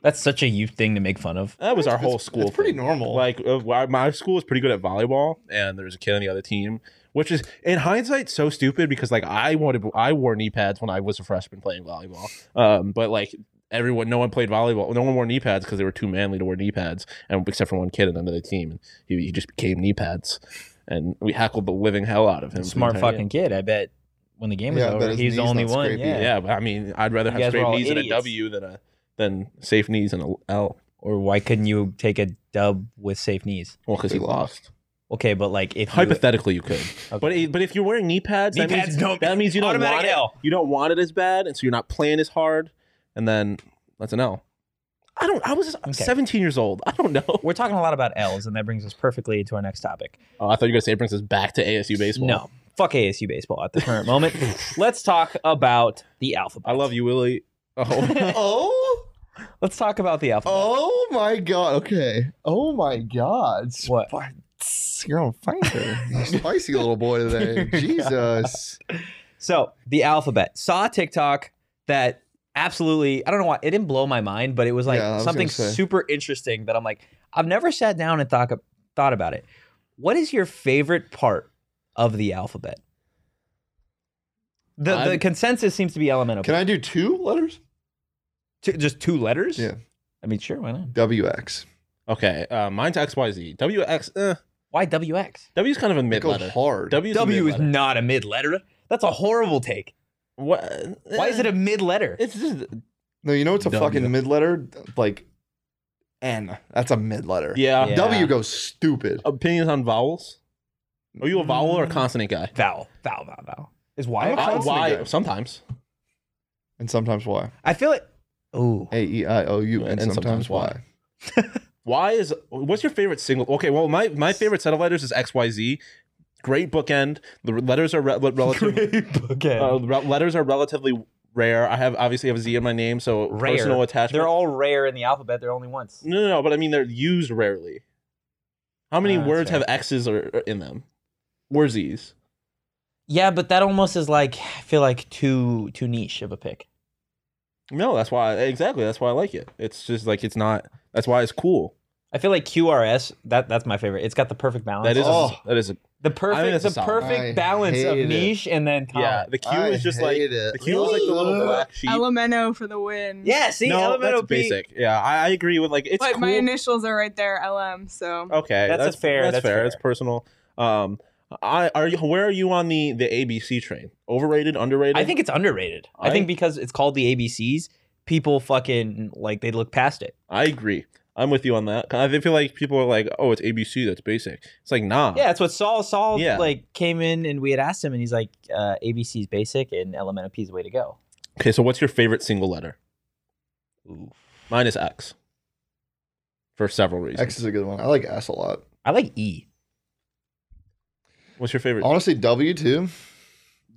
[SPEAKER 2] That's such a youth thing to make fun of.
[SPEAKER 4] that was our whole
[SPEAKER 3] It's-
[SPEAKER 4] school.
[SPEAKER 3] It's pretty
[SPEAKER 4] thing.
[SPEAKER 3] normal.
[SPEAKER 4] Like uh, why- my school is pretty good at volleyball, and there's a kid on the other team, which is in hindsight so stupid because like I wanted I wore knee pads when I was a freshman playing volleyball, um, but like everyone, no one played volleyball. No one wore knee pads because they were too manly to wear knee pads, and except for one kid on another team, and he, he just became knee pads. And we heckled the living hell out of him. for the
[SPEAKER 2] Smart
[SPEAKER 4] entire-
[SPEAKER 2] fucking kid. I bet when the game was
[SPEAKER 3] Yeah, I bet
[SPEAKER 2] over,
[SPEAKER 3] his
[SPEAKER 2] he was the
[SPEAKER 3] knee's
[SPEAKER 2] only
[SPEAKER 3] not
[SPEAKER 2] one.
[SPEAKER 3] scrapey.
[SPEAKER 2] Yeah.
[SPEAKER 4] Yeah, but I mean, I'd rather
[SPEAKER 2] You
[SPEAKER 4] have
[SPEAKER 2] guys were
[SPEAKER 4] straight
[SPEAKER 2] all
[SPEAKER 4] knees and a
[SPEAKER 2] idiots.
[SPEAKER 4] W than a than safe knees and a L.
[SPEAKER 2] Or why couldn't you take a dub with safe knees?
[SPEAKER 4] Well, because he
[SPEAKER 3] They
[SPEAKER 4] lost.
[SPEAKER 2] Okay, but like if you-
[SPEAKER 4] Hypothetically, you could,
[SPEAKER 2] Okay.
[SPEAKER 4] but it, but if you're wearing knee pads,
[SPEAKER 2] Knee
[SPEAKER 4] that,
[SPEAKER 2] pads
[SPEAKER 4] means,
[SPEAKER 2] don't-
[SPEAKER 4] that means you don't
[SPEAKER 2] automatic
[SPEAKER 4] want
[SPEAKER 2] L.
[SPEAKER 4] it. You don't want it as bad, and so you're not playing as hard, and then that's an L. I don't. I was
[SPEAKER 2] Okay.
[SPEAKER 4] 17 years old. I don't know.
[SPEAKER 2] we're talking a lot about L's, and that brings us perfectly to our next topic.
[SPEAKER 4] [laughs] Oh, I thought you were gonna say it brings us back to ASU baseball.
[SPEAKER 2] No, fuck ASU baseball at the current
[SPEAKER 3] [laughs]
[SPEAKER 2] moment. Let's talk about the alphabet.
[SPEAKER 4] I love you, [laughs] Willie. Oh,
[SPEAKER 3] [laughs] Oh,
[SPEAKER 2] Let's talk about the alphabet.
[SPEAKER 3] oh my god. Okay. Oh my god.
[SPEAKER 2] What?
[SPEAKER 3] Spi- You're on [laughs] fire. You're a spicy little boy today. [laughs] Jesus.
[SPEAKER 2] So the alphabet saw a TikTok that absolutely I don't know why it didn't blow my mind, but it was like
[SPEAKER 3] Yeah, I was
[SPEAKER 2] something
[SPEAKER 3] gonna say.
[SPEAKER 2] super interesting that I'm like I've never sat down and thought thought about it. What is your favorite part of the alphabet? The the
[SPEAKER 4] I'm-
[SPEAKER 2] consensus seems to be elemental.
[SPEAKER 3] Can I do two letters?
[SPEAKER 2] Two- just two letters?
[SPEAKER 3] Yeah.
[SPEAKER 2] I mean, sure, why not?
[SPEAKER 3] WX.
[SPEAKER 4] okay. Uh, mine's XYZ. WX. Eh,
[SPEAKER 2] Why WX?
[SPEAKER 4] W's kind of a
[SPEAKER 3] It
[SPEAKER 4] mid
[SPEAKER 3] goes
[SPEAKER 4] letter.
[SPEAKER 3] hard.
[SPEAKER 4] W's a
[SPEAKER 2] W is
[SPEAKER 4] mid-letter.
[SPEAKER 2] not a mid letter. That's a horrible take.
[SPEAKER 4] What? eh,
[SPEAKER 2] Why is it a mid letter?
[SPEAKER 4] It's just
[SPEAKER 3] no, you know it's a
[SPEAKER 4] W.
[SPEAKER 3] fucking mid letter? Like N. That's a mid letter.
[SPEAKER 4] yeah.
[SPEAKER 2] Yeah.
[SPEAKER 3] W goes stupid.
[SPEAKER 4] Opinions on vowels? Are you a vowel or a consonant guy?
[SPEAKER 2] Vowel, vowel, vowel, vowel. Is
[SPEAKER 3] I'm
[SPEAKER 2] Y
[SPEAKER 3] a
[SPEAKER 2] a
[SPEAKER 4] I-
[SPEAKER 2] vowel?
[SPEAKER 3] consonant
[SPEAKER 4] why?
[SPEAKER 3] guy.
[SPEAKER 4] Sometimes.
[SPEAKER 3] And sometimes Y.
[SPEAKER 2] I feel it. Ooh.
[SPEAKER 4] [laughs]
[SPEAKER 3] A E I O U.
[SPEAKER 4] Yeah,
[SPEAKER 3] And
[SPEAKER 4] and sometimes
[SPEAKER 3] sometimes Y.
[SPEAKER 4] Why is what's your favorite single? Okay, well my my favorite set of letters is X Y Z. Great bookend. The
[SPEAKER 2] [laughs]
[SPEAKER 4] letters are re- relatively
[SPEAKER 2] Okay.
[SPEAKER 4] uh, re- letters are relatively rare. I have obviously have a Z in my name, so
[SPEAKER 2] rare.
[SPEAKER 4] personal attachment.
[SPEAKER 2] They're all rare in the alphabet. They're only once.
[SPEAKER 4] no, no, no, but I mean they're used rarely. How many
[SPEAKER 2] Ah, that's
[SPEAKER 4] words
[SPEAKER 2] fair.
[SPEAKER 4] have X's or, or in them? Or Z's?
[SPEAKER 2] Yeah, but that almost is like I feel like too too niche of a pick.
[SPEAKER 4] No, that's why exactly. That's why I like it. It's just like it's not. That's why it's cool.
[SPEAKER 2] I feel like QRS. That that's my favorite. It's got the perfect balance.
[SPEAKER 4] That is a-
[SPEAKER 3] Oh.
[SPEAKER 4] that is a
[SPEAKER 2] the
[SPEAKER 4] I think
[SPEAKER 2] perfect
[SPEAKER 4] it's a
[SPEAKER 2] the
[SPEAKER 4] solid.
[SPEAKER 2] perfect
[SPEAKER 3] I
[SPEAKER 2] balance of
[SPEAKER 3] hate it.
[SPEAKER 2] niche and then common.
[SPEAKER 4] Yeah, the Q
[SPEAKER 3] I
[SPEAKER 4] is just like
[SPEAKER 3] hate it.
[SPEAKER 4] the Q is like the little black sheep.
[SPEAKER 5] Elemento for the win.
[SPEAKER 2] Yeah, see,
[SPEAKER 4] no,
[SPEAKER 2] elemental
[SPEAKER 4] that's
[SPEAKER 2] P.
[SPEAKER 4] basic. Yeah, I, I agree with like it's
[SPEAKER 5] But
[SPEAKER 4] cool.
[SPEAKER 5] my initials are right there, LM. So
[SPEAKER 4] okay,
[SPEAKER 2] That's a fair-
[SPEAKER 4] That's,
[SPEAKER 2] that's
[SPEAKER 4] fair.
[SPEAKER 2] fair.
[SPEAKER 4] It's personal. Um, I are you? Where are you on the the ABC train? Overrated, underrated?
[SPEAKER 2] I think it's underrated. I,
[SPEAKER 4] I-
[SPEAKER 2] think because it's called the ABCs, people fucking like they look past it.
[SPEAKER 4] I agree. I'm with you on that. I feel like people are like, oh, it's ABC. That's basic. It's like nah.
[SPEAKER 2] Yeah, that's what Saul Saul
[SPEAKER 4] Yeah.
[SPEAKER 2] like came in and we had asked him and he's like, uh, ABC's basic and elemental P is the way to go.
[SPEAKER 4] Okay, so what's your favorite single letter?
[SPEAKER 2] Ooh.
[SPEAKER 4] Mine is X. For several reasons.
[SPEAKER 3] X is a good one. I like S a lot.
[SPEAKER 2] I like E.
[SPEAKER 4] What's your favorite?
[SPEAKER 3] Honestly, W too.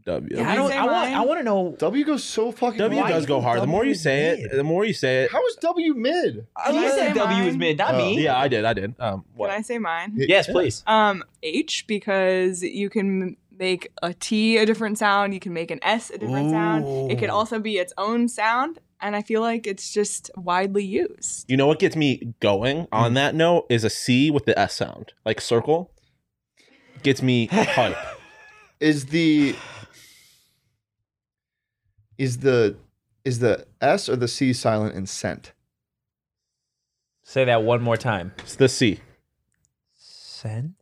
[SPEAKER 4] W.
[SPEAKER 5] Yeah,
[SPEAKER 2] I don't.
[SPEAKER 5] say
[SPEAKER 2] I want.
[SPEAKER 5] mine?
[SPEAKER 2] I want to know.
[SPEAKER 3] W goes so fucking
[SPEAKER 4] W
[SPEAKER 3] wide.
[SPEAKER 4] does go hard. The more you say it, the more you say it.
[SPEAKER 3] How is W mid?
[SPEAKER 2] I
[SPEAKER 5] Can I
[SPEAKER 2] said
[SPEAKER 5] say
[SPEAKER 2] W is
[SPEAKER 5] mine?
[SPEAKER 2] mid, not
[SPEAKER 3] Oh.
[SPEAKER 2] me.
[SPEAKER 4] Yeah, I did. I did. Um, what?
[SPEAKER 5] can I say mine?
[SPEAKER 2] Yes, please.
[SPEAKER 5] Um, H because you can make a T a different sound. You can make an S a different sound. It could
[SPEAKER 2] Ooh.
[SPEAKER 5] also be its own sound, and I feel like it's just widely used.
[SPEAKER 4] You know what gets me going
[SPEAKER 2] Mm-hmm.
[SPEAKER 4] on that note is a C with the S sound, like circle.
[SPEAKER 2] [laughs]
[SPEAKER 4] Gets me hype.
[SPEAKER 3] Is the is the is the S or the C silent in scent?
[SPEAKER 2] Say that one more time.
[SPEAKER 4] It's the C.
[SPEAKER 2] Send.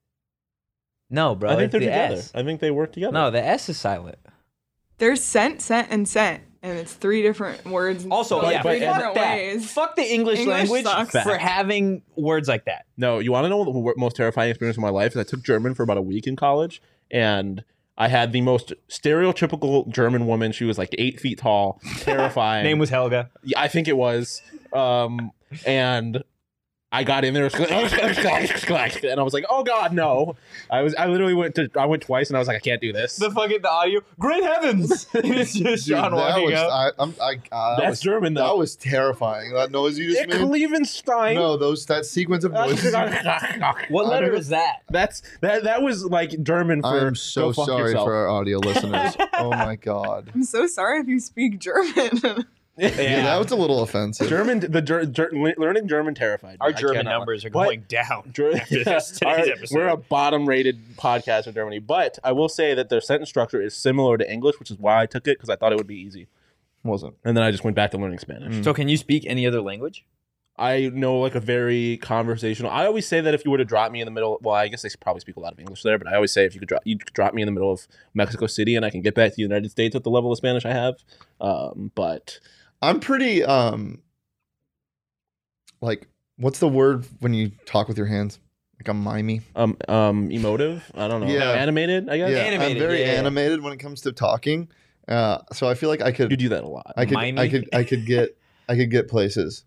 [SPEAKER 2] No, bro.
[SPEAKER 4] I think
[SPEAKER 2] it's
[SPEAKER 4] they're
[SPEAKER 2] the
[SPEAKER 4] together.
[SPEAKER 2] S.
[SPEAKER 4] I think they work together.
[SPEAKER 2] No, the S is silent.
[SPEAKER 5] There's scent, scent, and scent, and it's three different words.
[SPEAKER 2] Also,
[SPEAKER 5] spelled
[SPEAKER 2] yeah,
[SPEAKER 5] three
[SPEAKER 2] but
[SPEAKER 5] different
[SPEAKER 2] fuck that.
[SPEAKER 5] ways.
[SPEAKER 2] Fuck the English,
[SPEAKER 5] English
[SPEAKER 2] language
[SPEAKER 5] sucks.
[SPEAKER 2] for having words like that.
[SPEAKER 4] No, you want to know what the wor- most terrifying experience of my life is? I took German for about a week in college, and I had the most stereotypical German woman. She was like eight
[SPEAKER 2] [laughs]
[SPEAKER 4] feet tall, terrifying.
[SPEAKER 2] Name was Helga.
[SPEAKER 4] Yeah, I think it was. Um, and I got in there, [laughs] and I was like, "Oh God, no!" I was, I literally went to, I went twice, and I was like, "I can't do this."
[SPEAKER 2] The fucking the audio. Great
[SPEAKER 4] [laughs]
[SPEAKER 2] heavens! [laughs] it's just
[SPEAKER 3] Dude,
[SPEAKER 2] Sean
[SPEAKER 3] that
[SPEAKER 2] walking
[SPEAKER 3] was,
[SPEAKER 2] up.
[SPEAKER 3] I, I'm, I, uh, that
[SPEAKER 4] That's
[SPEAKER 3] was,
[SPEAKER 4] German
[SPEAKER 3] that
[SPEAKER 4] though.
[SPEAKER 3] was terrifying. That noise you just
[SPEAKER 4] Dick
[SPEAKER 3] made.
[SPEAKER 4] Liebenstein. [laughs]
[SPEAKER 3] No, those that sequence
[SPEAKER 4] Uh,
[SPEAKER 3] of noises.
[SPEAKER 2] What
[SPEAKER 3] I
[SPEAKER 2] letter
[SPEAKER 3] don't-
[SPEAKER 2] was that?
[SPEAKER 4] That's that. That was like German for.
[SPEAKER 3] I'm so
[SPEAKER 4] go fuck
[SPEAKER 3] sorry
[SPEAKER 4] yourself.
[SPEAKER 3] for
[SPEAKER 4] [laughs]
[SPEAKER 3] our audio listeners. Oh my god.
[SPEAKER 5] I'm so sorry if you speak German. [laughs]
[SPEAKER 3] Yeah, that was a little offensive.
[SPEAKER 4] German. The ger- ger- le- learning German terrified. me.
[SPEAKER 2] Our
[SPEAKER 4] I
[SPEAKER 2] German
[SPEAKER 4] cannot-
[SPEAKER 2] numbers are
[SPEAKER 4] But-
[SPEAKER 2] going down. [laughs]
[SPEAKER 4] Ger-
[SPEAKER 2] after this-
[SPEAKER 4] [laughs] Our-
[SPEAKER 2] today's episode.
[SPEAKER 4] we're a bottom-rated podcast in Germany, but I will say that their sentence structure is similar to English, which is why I took it because I thought it would be easy.
[SPEAKER 3] Wasn't.
[SPEAKER 4] and then I just went back to learning Spanish.
[SPEAKER 3] Mm.
[SPEAKER 2] So can you speak any other language?
[SPEAKER 4] I know like a very conversational. I always say that if you were to drop me in the middle, well, I guess they probably speak a lot of English there, but I always say if you could drop you could drop me in the middle of Mexico City and I can get back to the United States with the level of Spanish I have. Um, but
[SPEAKER 3] I'm pretty um like what's the word when you talk with your hands? Like I'm mimey.
[SPEAKER 4] um, um, emotive. I don't know.
[SPEAKER 3] Yeah.
[SPEAKER 4] animated. I guess
[SPEAKER 3] Yeah, I'm
[SPEAKER 2] Animated,
[SPEAKER 3] very
[SPEAKER 2] yeah, yeah.
[SPEAKER 3] animated when it comes to talking. Uh so I feel like I could
[SPEAKER 4] you do that a lot.
[SPEAKER 3] I could I
[SPEAKER 2] Mimey?
[SPEAKER 3] could I could get I could get places.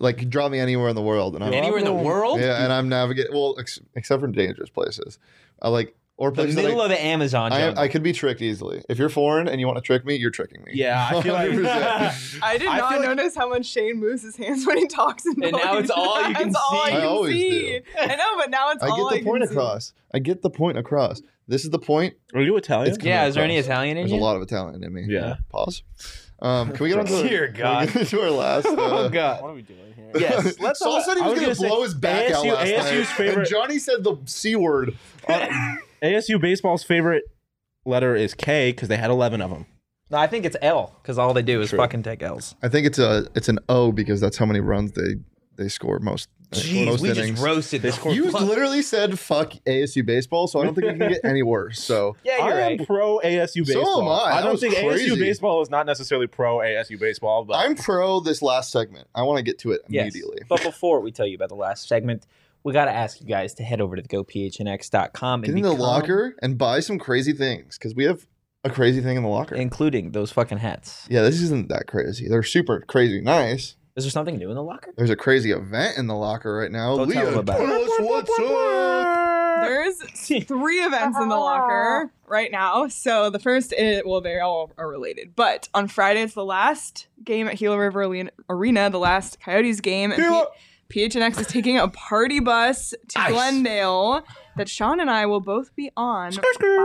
[SPEAKER 3] Like draw me anywhere in the world and I'm
[SPEAKER 2] Anywhere in the world?
[SPEAKER 3] Yeah, and I'm navigating well ex- except for dangerous places. I like or
[SPEAKER 2] The
[SPEAKER 3] places that
[SPEAKER 2] middle
[SPEAKER 3] I,
[SPEAKER 2] of the Amazon.
[SPEAKER 3] I,
[SPEAKER 2] jungle.
[SPEAKER 3] I could be tricked easily. If you're foreign and you want to trick me, you're tricking me.
[SPEAKER 4] Yeah, I feel
[SPEAKER 3] [laughs]
[SPEAKER 4] like-
[SPEAKER 3] 100%.
[SPEAKER 5] I did
[SPEAKER 4] I
[SPEAKER 5] not
[SPEAKER 4] feel like-
[SPEAKER 5] notice how much Shane moves his hands when he talks.
[SPEAKER 2] And now
[SPEAKER 5] voice.
[SPEAKER 2] it's all you can
[SPEAKER 5] [laughs] That's all
[SPEAKER 2] see.
[SPEAKER 5] I,
[SPEAKER 3] I
[SPEAKER 5] can
[SPEAKER 3] always
[SPEAKER 5] see.
[SPEAKER 3] do.
[SPEAKER 5] I know, but now it's
[SPEAKER 3] I
[SPEAKER 5] all
[SPEAKER 3] get the
[SPEAKER 5] Oh, I
[SPEAKER 3] point
[SPEAKER 5] can see.
[SPEAKER 3] across. I get the point across. This is the point.
[SPEAKER 4] Are you Italian?
[SPEAKER 3] It's
[SPEAKER 2] yeah, is there any
[SPEAKER 3] across.
[SPEAKER 2] Italian in
[SPEAKER 3] There's
[SPEAKER 2] you?
[SPEAKER 3] a lot of Italian in me.
[SPEAKER 4] Yeah.
[SPEAKER 3] Pause. Um, can we get on to,
[SPEAKER 2] Dear
[SPEAKER 3] can we
[SPEAKER 2] God.
[SPEAKER 3] get to our last?
[SPEAKER 2] [laughs] oh
[SPEAKER 3] uh, [laughs]
[SPEAKER 4] What
[SPEAKER 2] god.
[SPEAKER 4] are we doing here?
[SPEAKER 2] Yes. Let's
[SPEAKER 3] Saul
[SPEAKER 2] all-
[SPEAKER 3] said he
[SPEAKER 4] I
[SPEAKER 3] was,
[SPEAKER 4] was
[SPEAKER 3] going to
[SPEAKER 4] gonna
[SPEAKER 3] blow
[SPEAKER 4] say
[SPEAKER 3] his back out
[SPEAKER 4] ASU
[SPEAKER 3] last
[SPEAKER 4] ASU's
[SPEAKER 3] night.
[SPEAKER 4] favorite-
[SPEAKER 3] And Johnny said the c word. Uh,
[SPEAKER 4] ASU baseball's favorite letter is K because they had eleven of them.
[SPEAKER 2] No, I think it's L because all they do is
[SPEAKER 4] True.
[SPEAKER 2] fucking take L's.
[SPEAKER 3] I think it's a it's an O because that's how many runs they they score most.
[SPEAKER 2] Jeez,
[SPEAKER 3] most
[SPEAKER 2] we
[SPEAKER 3] innings.
[SPEAKER 2] just roasted this.
[SPEAKER 3] you literally said fuck ASU baseball, so I don't think it can get any worse. So
[SPEAKER 2] [laughs] Yeah, you're
[SPEAKER 4] I am
[SPEAKER 2] right.
[SPEAKER 4] pro ASU
[SPEAKER 3] So am
[SPEAKER 4] baseball.
[SPEAKER 3] I. That
[SPEAKER 4] don't
[SPEAKER 3] was
[SPEAKER 4] think ASU
[SPEAKER 3] crazy.
[SPEAKER 4] baseball is not necessarily pro ASU baseball, but
[SPEAKER 3] I'm pro this last segment. I want to get to it
[SPEAKER 2] Yes.
[SPEAKER 3] immediately.
[SPEAKER 2] But before we tell you about the last segment, we got to ask you guys to head over to gophnx.com and
[SPEAKER 3] Get in the
[SPEAKER 2] become-
[SPEAKER 3] locker and buy some crazy things because we have a crazy thing in the locker.
[SPEAKER 2] including those fucking hats.
[SPEAKER 3] Yeah, this isn't that crazy. They're super crazy nice.
[SPEAKER 2] Is there something new in the locker?
[SPEAKER 3] There's a crazy event in the locker right now.
[SPEAKER 2] Don't tell them about it.
[SPEAKER 3] us what's up.
[SPEAKER 5] There's three events in the locker right now. So the first is well, they all are related. But on Friday, it's the last game at Gila River Alena- Arena, the last Coyotes game. And
[SPEAKER 4] Gila.
[SPEAKER 5] P- PHNX is taking a party bus to
[SPEAKER 4] Nice.
[SPEAKER 5] Glendale that Sean and I will both be on,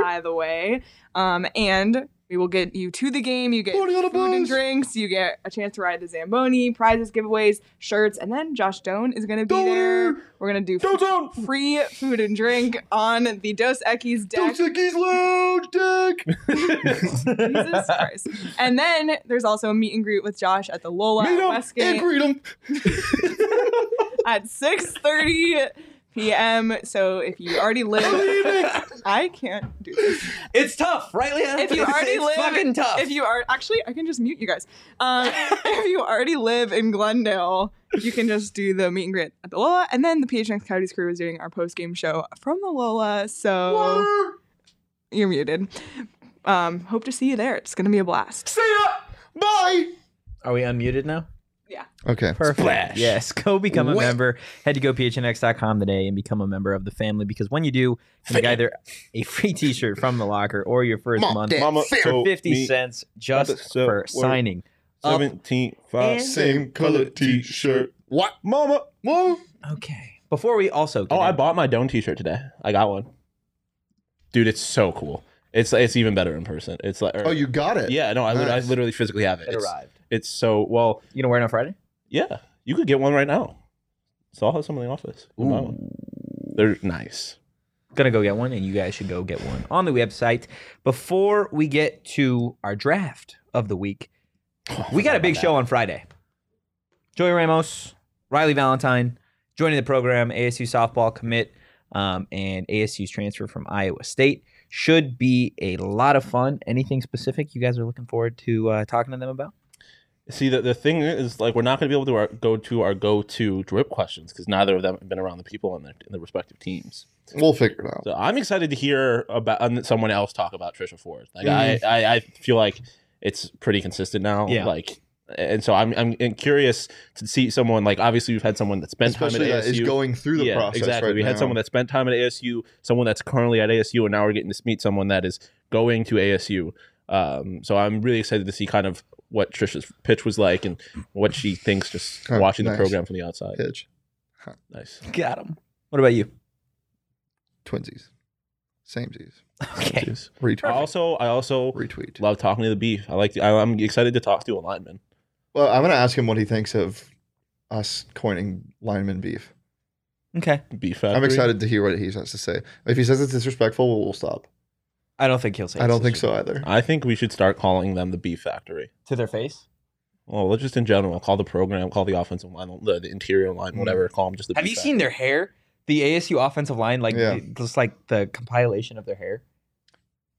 [SPEAKER 5] by the way. Um, and we will get you to the game. You get
[SPEAKER 3] Party on a
[SPEAKER 5] food and
[SPEAKER 3] bus.
[SPEAKER 5] drinks. You get a chance to ride the Zamboni, prizes, giveaways, shirts, and then Josh Doan is going to be there. We're going to do free food and drink on the Dos Equis
[SPEAKER 3] Don't
[SPEAKER 5] deck.
[SPEAKER 3] take his lounge
[SPEAKER 4] [laughs]
[SPEAKER 3] deck.
[SPEAKER 5] Jesus Christ. And then there's also a meet and greet with Josh at the Lola
[SPEAKER 3] Meet
[SPEAKER 5] at
[SPEAKER 3] 'em and
[SPEAKER 5] Westgate
[SPEAKER 3] greet 'em.
[SPEAKER 5] at 6:30 p.m. So if you already live, I can't do this.
[SPEAKER 2] It's tough, right, Leanna?
[SPEAKER 5] If you
[SPEAKER 2] It's-
[SPEAKER 5] already
[SPEAKER 2] it's
[SPEAKER 5] live,
[SPEAKER 2] fucking tough.
[SPEAKER 5] If you are actually, I can just mute you guys. Um, [laughs] if you already live in Glendale, you can just do the meet and greet at the Lola, and then the PHNX Coyotes crew is doing our post game show from the Lola. So. You're muted. Um, hope to see you there. It's gonna be a blast.
[SPEAKER 3] Bye.
[SPEAKER 2] Are we unmuted now?
[SPEAKER 3] Okay.
[SPEAKER 2] Perfect.
[SPEAKER 4] Splash.
[SPEAKER 2] Yes, [laughs] go become a
[SPEAKER 3] Wait.
[SPEAKER 2] member. Head to gophnx.com today and become a member of the family because when you do, you get either a free T-shirt from the locker or your first
[SPEAKER 3] Mom,
[SPEAKER 2] month
[SPEAKER 3] Dad,
[SPEAKER 4] Mama,
[SPEAKER 3] fair.
[SPEAKER 4] so-
[SPEAKER 2] for fifty
[SPEAKER 4] Me-
[SPEAKER 2] cents just
[SPEAKER 4] So,
[SPEAKER 2] for
[SPEAKER 4] we're-
[SPEAKER 2] signing. up.
[SPEAKER 4] Seventeen five
[SPEAKER 2] And-
[SPEAKER 3] Same color t-shirt. What?
[SPEAKER 4] Mama.
[SPEAKER 3] Whoa.
[SPEAKER 2] Okay. Before we also, get
[SPEAKER 4] Oh, I
[SPEAKER 2] in-
[SPEAKER 4] bought my Dome T-shirt today. I got one. Dude, it's so cool. It's it's even better in person. It's like or-
[SPEAKER 3] Oh, you got it.
[SPEAKER 4] yeah. No, I, lit- I
[SPEAKER 3] Nice.
[SPEAKER 4] literally physically have it.
[SPEAKER 2] it
[SPEAKER 4] It's,
[SPEAKER 2] arrived.
[SPEAKER 4] it's so well.
[SPEAKER 2] You gonna wear it on Friday?
[SPEAKER 4] Yeah, you could get one right now. So I'll have some in the office. I'll buy one. They're nice.
[SPEAKER 2] gonna go get one and you guys should go get one on the website before we get to our draft of the week we got a big show on friday joey ramos riley valentine joining the program asu softball commit um, and asu's transfer from iowa state should be a lot of fun anything specific you guys are looking forward to uh, talking to them about
[SPEAKER 4] See, the, the thing is, like, we're not going to be able to our, go to our go to drip questions because neither of them have been around the people in their, in their respective teams.
[SPEAKER 3] We'll figure it out.
[SPEAKER 4] So I'm excited to hear about um, someone else talk about Trisha Ford. Like, I, I, I feel like it's pretty consistent now.
[SPEAKER 2] Mm. Yeah.
[SPEAKER 4] Like, and so I'm, I'm curious to see someone like obviously we've had someone that spent
[SPEAKER 3] Especially
[SPEAKER 4] time at
[SPEAKER 3] that
[SPEAKER 4] ASU.
[SPEAKER 3] is going through the
[SPEAKER 4] yeah,
[SPEAKER 3] process
[SPEAKER 4] exactly.
[SPEAKER 3] right
[SPEAKER 4] we had
[SPEAKER 3] now.
[SPEAKER 4] someone that spent time at ASU, someone that's currently at ASU, and now we're getting to meet someone that is going to ASU. Um, so I'm really excited to see kind of what Trisha's pitch was like and what she thinks just
[SPEAKER 3] Huh,
[SPEAKER 4] watching
[SPEAKER 3] Oh, nice.
[SPEAKER 4] the program from the outside.
[SPEAKER 3] pitch
[SPEAKER 4] Nice.
[SPEAKER 2] got them what about
[SPEAKER 3] [laughs]
[SPEAKER 2] you
[SPEAKER 3] twinsies, samesies.
[SPEAKER 2] okay
[SPEAKER 4] Jeez.
[SPEAKER 3] Retweet.
[SPEAKER 4] I also, I also
[SPEAKER 3] Retweet.
[SPEAKER 4] love talking to the beef. I like. To, I, I'm excited to talk to a lineman.
[SPEAKER 3] Well, I'm gonna ask him what he thinks of us coining lineman beef.
[SPEAKER 2] okay
[SPEAKER 4] Beef.
[SPEAKER 3] I'm
[SPEAKER 4] factory.
[SPEAKER 3] excited to hear what he has to say. If he says it's disrespectful, we'll, we'll stop.
[SPEAKER 2] I don't think he'll say.
[SPEAKER 3] I don't
[SPEAKER 2] it's
[SPEAKER 3] think
[SPEAKER 2] just
[SPEAKER 3] so either.
[SPEAKER 4] I think we should start calling them the B Factory.
[SPEAKER 2] To their face.
[SPEAKER 4] Well, let's just in general call the program, call the offensive line, the, the interior line, whatever. Call them just the.
[SPEAKER 2] Hmm. Have
[SPEAKER 4] B
[SPEAKER 2] you
[SPEAKER 4] Factory.
[SPEAKER 2] seen their hair? The ASU offensive line, like
[SPEAKER 3] Yeah.
[SPEAKER 2] the- just like the compilation of their hair.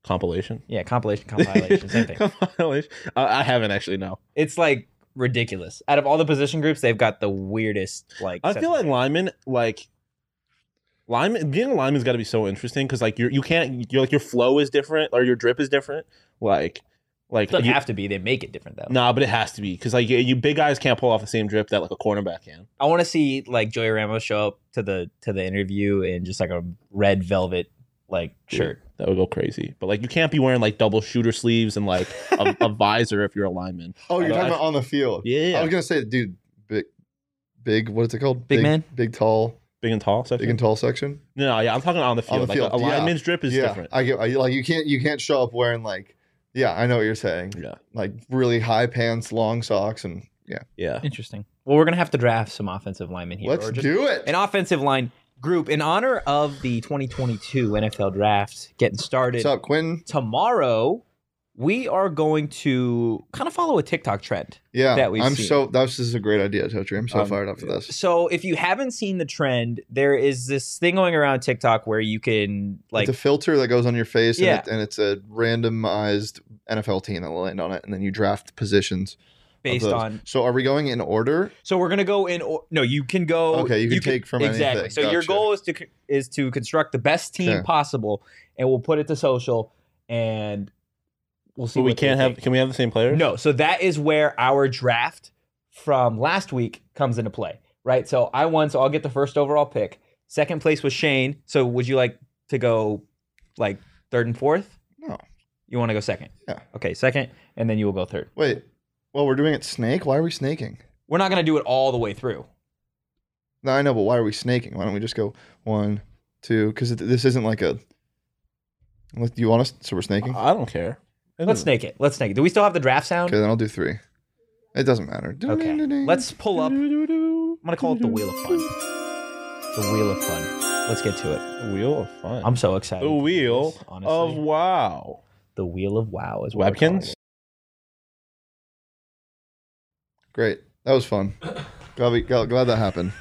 [SPEAKER 4] compilation?
[SPEAKER 2] Yeah,
[SPEAKER 3] [laughs]
[SPEAKER 2] compilation, [laughs] compilation, same thing.
[SPEAKER 4] [laughs] compilation. Uh, I haven't actually. No,
[SPEAKER 2] It's like ridiculous. Out of all the position groups, they've got the weirdest. Like
[SPEAKER 4] I
[SPEAKER 2] sets
[SPEAKER 4] feel
[SPEAKER 2] of
[SPEAKER 4] like
[SPEAKER 2] hair.
[SPEAKER 4] linemen like. Lineman, being a lineman's got to be so interesting because like you you can't you're like your flow is different or your drip is different like like
[SPEAKER 2] it doesn't
[SPEAKER 4] you-
[SPEAKER 2] have to be. They make it different though.
[SPEAKER 4] Nah, but it has to be because like you- you big guys can't pull off the same drip that like a cornerback can.
[SPEAKER 2] I want to see like Joey Ramos show up to the to the interview in just like a red velvet like shirt.
[SPEAKER 4] That would go crazy. But like you can't be wearing like double shooter sleeves and like
[SPEAKER 2] [laughs]
[SPEAKER 4] a, a visor if you're a lineman.
[SPEAKER 3] Oh, you're
[SPEAKER 4] I-
[SPEAKER 3] talking about on the
[SPEAKER 2] Oh,
[SPEAKER 3] field.
[SPEAKER 4] Yeah, yeah.
[SPEAKER 3] I was gonna say, dude, big, big. What is it called?
[SPEAKER 2] Big man?
[SPEAKER 3] Big tall.
[SPEAKER 4] Big and tall. Section.
[SPEAKER 3] Big and tall section.
[SPEAKER 4] No, yeah, I'm talking on the field.
[SPEAKER 3] the
[SPEAKER 4] like
[SPEAKER 3] field,
[SPEAKER 4] a
[SPEAKER 3] yeah.
[SPEAKER 4] lineman's drip is
[SPEAKER 3] yeah,
[SPEAKER 4] different.
[SPEAKER 3] I get I, like you can't you can't show up wearing like yeah I know what you're saying
[SPEAKER 4] yeah,
[SPEAKER 3] like really high pants, long socks, and yeah.
[SPEAKER 4] yeah.
[SPEAKER 2] Interesting. Well, we're gonna have to draft some offensive linemen here.
[SPEAKER 3] Let's
[SPEAKER 2] or just
[SPEAKER 3] do it.
[SPEAKER 2] an offensive line group in honor of the 2022 NFL Draft getting started
[SPEAKER 3] What's up, Quinn?
[SPEAKER 2] tomorrow. We are going to kind of follow a TikTok trend.
[SPEAKER 3] Yeah,
[SPEAKER 2] That we've
[SPEAKER 3] I'm
[SPEAKER 2] seen.
[SPEAKER 3] so that was this is a great idea, Totri. I'm so
[SPEAKER 4] Um,
[SPEAKER 3] fired up for this.
[SPEAKER 2] So, if you haven't seen the trend, there is this thing going around TikTok where you can like
[SPEAKER 3] Like the filter that goes on your face,
[SPEAKER 2] Yeah.
[SPEAKER 3] and, it, and it's a randomized NFL team that will land on it, and then you draft positions of
[SPEAKER 2] based
[SPEAKER 3] those.
[SPEAKER 2] on
[SPEAKER 3] So are we going in order?
[SPEAKER 2] So we're gonna go in. Or, no, you can go.
[SPEAKER 3] Okay, you can take from
[SPEAKER 2] exactly.
[SPEAKER 3] anything.
[SPEAKER 2] So your
[SPEAKER 3] Gotcha.
[SPEAKER 2] goal is to c- is to construct the best team
[SPEAKER 3] Okay.
[SPEAKER 2] possible, and we'll put it to social, and we'll see.
[SPEAKER 4] So we
[SPEAKER 2] what they
[SPEAKER 4] can't have.
[SPEAKER 2] think.
[SPEAKER 4] Can we have the same players?
[SPEAKER 2] no. So that is where our draft from last week comes into play, right? So I won, so I'll get the first overall pick. Second place was Shane. So would you like to go like third and fourth?
[SPEAKER 3] No.
[SPEAKER 2] You want to go second?
[SPEAKER 3] Yeah.
[SPEAKER 2] Okay, second, and then you will go third.
[SPEAKER 3] Wait, well we're doing it snake. Why are we snaking?
[SPEAKER 2] We're not gonna do it all the way through.
[SPEAKER 3] No, I know, but why are we snaking? Why don't we just go one, two? Because this isn't like a. Let- You want us? So we're snaking.
[SPEAKER 2] Um,
[SPEAKER 4] I don't care. It
[SPEAKER 2] Let's
[SPEAKER 4] doesn't-
[SPEAKER 2] snake it. Let's snake it. Do we still have the draft sound?
[SPEAKER 3] Okay, then I'll do three. It doesn't matter.
[SPEAKER 2] Okay. Let's pull up. I'm gonna call it the wheel of fun. The wheel of fun. Let's get to it.
[SPEAKER 4] The wheel of fun.
[SPEAKER 2] I'm so excited.
[SPEAKER 4] the
[SPEAKER 2] to do
[SPEAKER 4] wheel
[SPEAKER 2] this, honestly.
[SPEAKER 4] of wow.
[SPEAKER 2] the wheel of wow is what we're calling
[SPEAKER 4] Webkins.
[SPEAKER 2] it.
[SPEAKER 3] Great. That was fun. Glad, we, glad, glad that happened.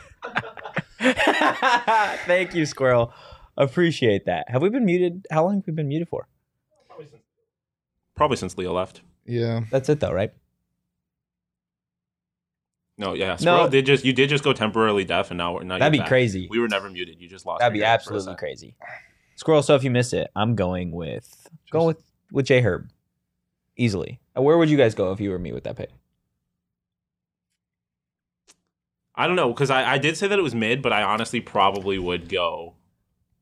[SPEAKER 2] [laughs] Thank you, Squirrel. Appreciate that. Have we been muted? How long have we been muted for?
[SPEAKER 6] Probably since Leo left.
[SPEAKER 3] Yeah.
[SPEAKER 2] That's it, though, right?
[SPEAKER 6] No, yeah.
[SPEAKER 2] No.
[SPEAKER 6] Squirrel did just you did just go temporarily deaf, and now we're now you're
[SPEAKER 2] That'd be
[SPEAKER 6] back.
[SPEAKER 2] crazy.
[SPEAKER 6] We were never muted. You just lost.
[SPEAKER 2] That'd
[SPEAKER 6] your
[SPEAKER 2] be
[SPEAKER 6] guy for a
[SPEAKER 2] absolutely
[SPEAKER 6] sec.
[SPEAKER 2] crazy. Squirrel. So if you missed it, I'm going with go with with J Herb easily. Uh, Where would you guys go if you were me with that pick?
[SPEAKER 6] I don't know because I, I did say that it was mid, but I honestly probably would go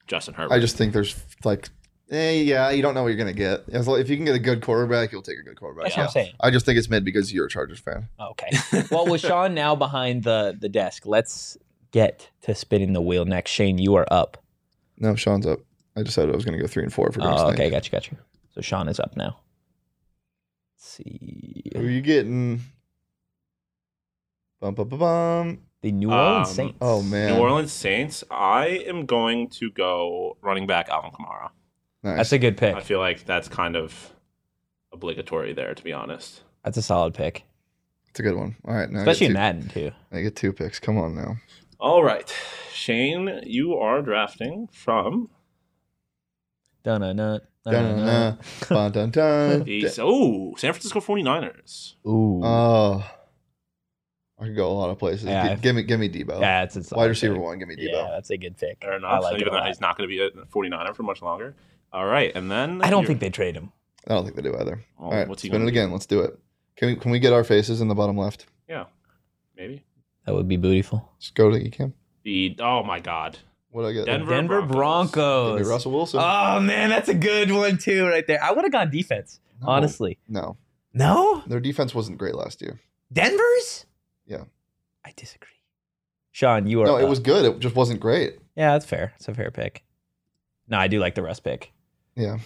[SPEAKER 6] Justin Herbert.
[SPEAKER 3] I just think there's like, eh, yeah, you don't know what you're going to get. As lo- If you can get a good quarterback, you'll take a good quarterback.
[SPEAKER 2] That's what I'm saying.
[SPEAKER 3] I just think it's mid because you're a Chargers fan.
[SPEAKER 2] Okay. well, [laughs] with Sean now behind the the desk, let's get to spinning the wheel next. Shane, you are up.
[SPEAKER 3] No, Sean's up. I decided I was going to go three and four for
[SPEAKER 2] Oh,
[SPEAKER 3] Green
[SPEAKER 2] okay, got you, got you. So Sean is up now. Let's see
[SPEAKER 3] Who are you getting? Bum, bum, bum, bum.
[SPEAKER 2] the New Orleans
[SPEAKER 6] Um,
[SPEAKER 2] Saints.
[SPEAKER 3] Oh, man.
[SPEAKER 6] New Orleans Saints. I am going to go running back Alvin Kamara.
[SPEAKER 3] Nice.
[SPEAKER 2] that's a good pick.
[SPEAKER 6] I feel like that's kind of obligatory there, to be honest.
[SPEAKER 2] That's a solid pick,
[SPEAKER 3] It's a good one. All right. Now
[SPEAKER 2] especially
[SPEAKER 3] I
[SPEAKER 2] in
[SPEAKER 3] get
[SPEAKER 2] Madden too.
[SPEAKER 3] two, I get two picks. Come on now.
[SPEAKER 6] All right, Shane, you are drafting from
[SPEAKER 2] Dun dun dun
[SPEAKER 3] Dun, dun,
[SPEAKER 2] dun. [laughs]
[SPEAKER 3] dun. Dun, dun, dun.
[SPEAKER 6] the oh San Francisco 49ers.
[SPEAKER 2] Ooh,
[SPEAKER 3] Oh, I could go a lot of places.
[SPEAKER 2] Yeah,
[SPEAKER 3] Gi-
[SPEAKER 2] if-
[SPEAKER 3] give me, give me Debo.
[SPEAKER 2] yeah, that's a solid
[SPEAKER 3] Wide receiver
[SPEAKER 2] pick.
[SPEAKER 3] one, give me Debo.
[SPEAKER 2] Yeah, that's a good pick.
[SPEAKER 6] Fair enough.
[SPEAKER 2] I like it a
[SPEAKER 6] even though
[SPEAKER 2] lot.
[SPEAKER 6] he's not going to be a 49er for much longer. All right, and then
[SPEAKER 2] I don't
[SPEAKER 6] you're-
[SPEAKER 2] think they trade him.
[SPEAKER 3] I don't think they do either.
[SPEAKER 6] Oh,
[SPEAKER 3] All right,
[SPEAKER 6] what's he
[SPEAKER 3] spin
[SPEAKER 6] gonna
[SPEAKER 3] it
[SPEAKER 6] do?
[SPEAKER 3] again. Let's do it. Can we can we get our faces in the bottom left?
[SPEAKER 6] Yeah, maybe
[SPEAKER 2] That would be beautiful.
[SPEAKER 3] Just go to Ecamm.
[SPEAKER 6] the oh my god,
[SPEAKER 3] What I get? there?
[SPEAKER 6] Denver,
[SPEAKER 2] Denver
[SPEAKER 3] Give me
[SPEAKER 2] Broncos.
[SPEAKER 3] Russell Wilson.
[SPEAKER 2] Oh man, that's a good one too, right there. I would have gone defense,
[SPEAKER 3] No.
[SPEAKER 2] honestly.
[SPEAKER 3] no,
[SPEAKER 2] No?
[SPEAKER 3] their defense wasn't great last year.
[SPEAKER 2] Denver's?
[SPEAKER 3] Yeah.
[SPEAKER 2] I disagree. Sean, you are.
[SPEAKER 3] No, it
[SPEAKER 2] up.
[SPEAKER 3] was good. It just wasn't great.
[SPEAKER 2] Yeah, that's fair. It's a fair pick. No, I do like the Russ pick.
[SPEAKER 3] Yeah.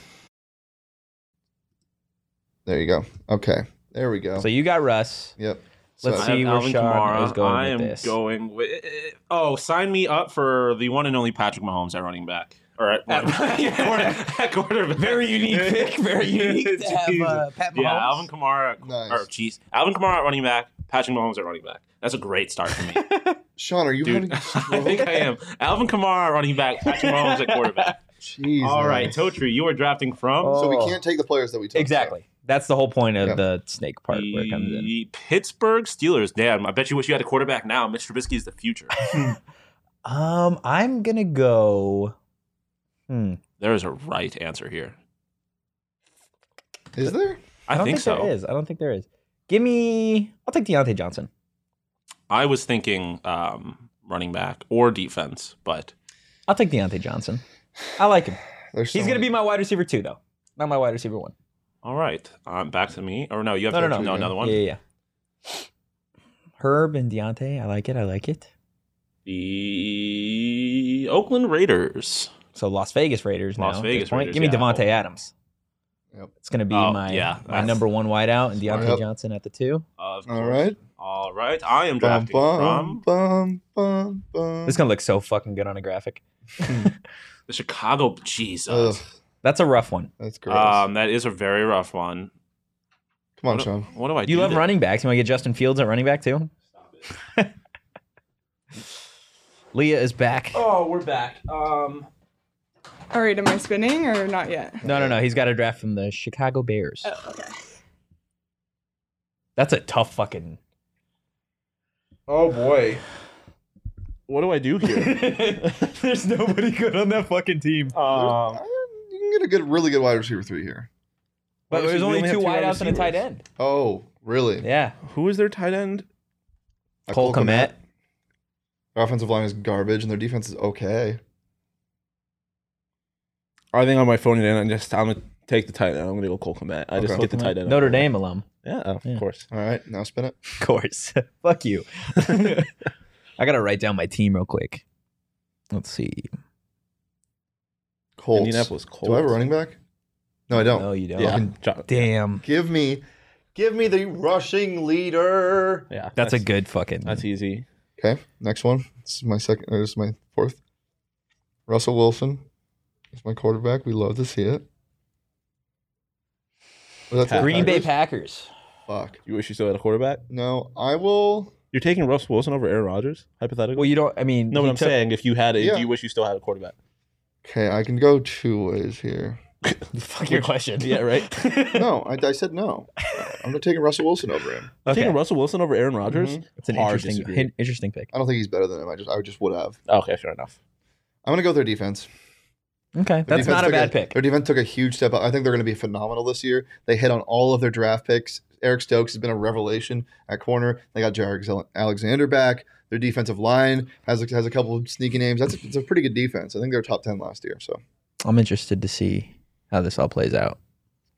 [SPEAKER 3] There you go. Okay. There we go.
[SPEAKER 2] So you got Russ.
[SPEAKER 3] yep.
[SPEAKER 2] Let's
[SPEAKER 6] I
[SPEAKER 2] see.
[SPEAKER 6] have
[SPEAKER 2] where
[SPEAKER 6] Alvin
[SPEAKER 2] Sean
[SPEAKER 6] Kamara.
[SPEAKER 2] is going
[SPEAKER 6] I
[SPEAKER 2] with
[SPEAKER 6] am
[SPEAKER 2] this.
[SPEAKER 6] going with. Oh, sign me up for the one and only Patrick Mahomes at running back.
[SPEAKER 4] or
[SPEAKER 2] [laughs]
[SPEAKER 4] at,
[SPEAKER 2] At-
[SPEAKER 4] [laughs] quarter- at quarterback.
[SPEAKER 2] Very unique pick.
[SPEAKER 4] [laughs]
[SPEAKER 2] Very unique to have uh, Pat Mahomes.
[SPEAKER 4] Yeah, Alvin Kamara.
[SPEAKER 3] Nice.
[SPEAKER 4] Or jeez, Alvin Kamara at running back. Patrick Mahomes at running back. That's a great start for
[SPEAKER 2] [laughs]
[SPEAKER 4] me,
[SPEAKER 3] Sean, are you having
[SPEAKER 4] dude.
[SPEAKER 3] a
[SPEAKER 4] I
[SPEAKER 3] stroke?
[SPEAKER 4] think I am. Alvin Kamara at running back. Patrick Mahomes at
[SPEAKER 2] [laughs]
[SPEAKER 4] quarterback.
[SPEAKER 3] Jeez,
[SPEAKER 4] All
[SPEAKER 3] man.
[SPEAKER 4] right, Totri, you are drafting from
[SPEAKER 3] So we
[SPEAKER 2] Oh.
[SPEAKER 3] can't take the players that we took.
[SPEAKER 2] Exactly. That's the whole point of
[SPEAKER 3] Yeah.
[SPEAKER 2] the snake part where it comes in.
[SPEAKER 4] the Pittsburgh Steelers. Damn, I bet you wish you had a quarterback now. Mitch Trubisky is
[SPEAKER 2] [laughs]
[SPEAKER 4] the future.
[SPEAKER 2] Um, I'm gonna go. Hmm.
[SPEAKER 4] there is a right answer here.
[SPEAKER 3] so. Is there?
[SPEAKER 4] I,
[SPEAKER 2] don't
[SPEAKER 4] think, so.
[SPEAKER 2] there is. I don't think there is. Give me. I'll take Deontay Johnson.
[SPEAKER 4] I was thinking um, running back or defense, but
[SPEAKER 2] I'll take Deontay Johnson. I like him.
[SPEAKER 3] There's
[SPEAKER 2] He's
[SPEAKER 3] so
[SPEAKER 2] gonna be
[SPEAKER 3] many.
[SPEAKER 2] my wide receiver two, though. Not my wide receiver one.
[SPEAKER 4] all right. Um, back to me. Or no, you have
[SPEAKER 2] No,
[SPEAKER 4] to
[SPEAKER 2] no, no.
[SPEAKER 4] no another one.
[SPEAKER 2] Yeah, yeah. yeah. Herb and Deontay. I like it. I like it.
[SPEAKER 4] The Oakland Raiders.
[SPEAKER 2] So Las Vegas Raiders.
[SPEAKER 4] Las
[SPEAKER 2] now, at
[SPEAKER 4] Vegas
[SPEAKER 2] this point.
[SPEAKER 4] Raiders,
[SPEAKER 2] Give me
[SPEAKER 4] yeah.
[SPEAKER 2] Devonte Adams.
[SPEAKER 3] Yep.
[SPEAKER 2] It's gonna be
[SPEAKER 4] Oh,
[SPEAKER 2] my
[SPEAKER 4] yeah,
[SPEAKER 2] my
[SPEAKER 4] that's-
[SPEAKER 2] number one wideout, and
[SPEAKER 4] Smart.
[SPEAKER 2] Deontay
[SPEAKER 3] Yep.
[SPEAKER 2] Johnson at the two.
[SPEAKER 4] Of
[SPEAKER 3] All
[SPEAKER 4] course.
[SPEAKER 3] right.
[SPEAKER 4] All right. I am
[SPEAKER 3] Bum,
[SPEAKER 4] drafting
[SPEAKER 3] bum,
[SPEAKER 4] from
[SPEAKER 3] bum, bum, bum.
[SPEAKER 2] This is gonna look so fucking good on a graphic.
[SPEAKER 4] the Chicago.
[SPEAKER 3] Ugh,
[SPEAKER 4] Jesus.
[SPEAKER 2] That's a rough one.
[SPEAKER 3] that's gross.
[SPEAKER 4] Um, that is a very rough one.
[SPEAKER 3] Come on,
[SPEAKER 4] what, do-
[SPEAKER 3] Sean.
[SPEAKER 4] what do I do?
[SPEAKER 2] You love
[SPEAKER 4] there?
[SPEAKER 2] running backs. You want to get Justin Fields at running back too? Leah is back.
[SPEAKER 4] Oh, we're back. Um,
[SPEAKER 5] All right, am I spinning or not yet?
[SPEAKER 2] No, no, no. He's got a draft from the Chicago Bears.
[SPEAKER 5] Oh, okay.
[SPEAKER 2] That's a tough fucking. [laughs]
[SPEAKER 6] Oh
[SPEAKER 4] [sighs]
[SPEAKER 6] boy. What do I
[SPEAKER 2] [laughs]
[SPEAKER 6] do here?
[SPEAKER 2] There's nobody good on that fucking team.
[SPEAKER 4] Oh,
[SPEAKER 6] um,
[SPEAKER 3] Uh, You can get a good, really good wide receiver three here.
[SPEAKER 2] But
[SPEAKER 6] Well,
[SPEAKER 2] there's
[SPEAKER 6] we
[SPEAKER 2] only
[SPEAKER 6] only
[SPEAKER 2] two
[SPEAKER 6] have two wide
[SPEAKER 2] wideouts and a tight
[SPEAKER 6] receivers.
[SPEAKER 2] end.
[SPEAKER 3] Oh, really?
[SPEAKER 2] Yeah.
[SPEAKER 6] who is their tight end?
[SPEAKER 3] Uh,
[SPEAKER 2] Cole Komet.
[SPEAKER 3] Their offensive line is garbage, and their defense is okay.
[SPEAKER 6] I think on my phone and I just I'm gonna take the tight end. I'm gonna go Cole Komet. I just
[SPEAKER 3] Okay.
[SPEAKER 6] get the tight end.
[SPEAKER 2] Notre Dame alum.
[SPEAKER 6] Yeah, of
[SPEAKER 2] Yeah.
[SPEAKER 6] course.
[SPEAKER 3] All right, now spin it.
[SPEAKER 2] [laughs] Of course. [laughs] Fuck you. I got to write down my team real quick. Let's see.
[SPEAKER 3] Colts.
[SPEAKER 6] Indianapolis Colts.
[SPEAKER 3] Do I have a running back? No, I don't.
[SPEAKER 2] No, you don't.
[SPEAKER 6] Yeah.
[SPEAKER 3] Fucking-
[SPEAKER 6] Jo-
[SPEAKER 2] Damn.
[SPEAKER 3] Give me, give me the rushing leader.
[SPEAKER 6] yeah.
[SPEAKER 2] That's, a good fucking.
[SPEAKER 6] That's easy.
[SPEAKER 3] Okay, next one. This is my second. Or this is my fourth. Russell Wilson is my quarterback. We love to see it. Was that the
[SPEAKER 2] Green Bay
[SPEAKER 3] Packers?
[SPEAKER 2] Packers.
[SPEAKER 3] Fuck.
[SPEAKER 6] You wish you still had a quarterback?
[SPEAKER 3] No, I will.
[SPEAKER 6] You're taking Russell Wilson over Aaron Rodgers, hypothetically.
[SPEAKER 2] Well, you don't. I mean,
[SPEAKER 6] no,
[SPEAKER 2] he
[SPEAKER 6] what I'm
[SPEAKER 2] took-
[SPEAKER 6] saying, if you had, it,
[SPEAKER 3] Yeah.
[SPEAKER 6] do you wish you still had a quarterback?
[SPEAKER 3] Okay, I can go two ways here.
[SPEAKER 2] Fuck your question.
[SPEAKER 6] [laughs] Yeah, [laughs] right.
[SPEAKER 3] No, I, I said no. I'm not taking Russell Wilson over him.
[SPEAKER 6] Taking Russell Wilson over Aaron Rodgers.
[SPEAKER 2] It's an
[SPEAKER 6] Mm-hmm. Hard
[SPEAKER 2] interesting,
[SPEAKER 6] disagree.
[SPEAKER 2] hin- interesting pick.
[SPEAKER 3] I don't think he's better than him. I just, I just would have.
[SPEAKER 6] Okay, fair enough.
[SPEAKER 3] I'm gonna go with their defense.
[SPEAKER 2] Okay,
[SPEAKER 3] Their
[SPEAKER 2] that's
[SPEAKER 3] defense
[SPEAKER 2] not a
[SPEAKER 3] took
[SPEAKER 2] bad pick.
[SPEAKER 3] Their defense took a huge step up. I think they're going to be phenomenal this year. They hit on all of their draft picks. Eric Stokes has been a revelation at corner. They got Jared Alexander back. Their defensive line has a, has a couple of sneaky names. That's it's a pretty good defense. I think they were top ten last year. So
[SPEAKER 2] I'm interested to see how this all plays out.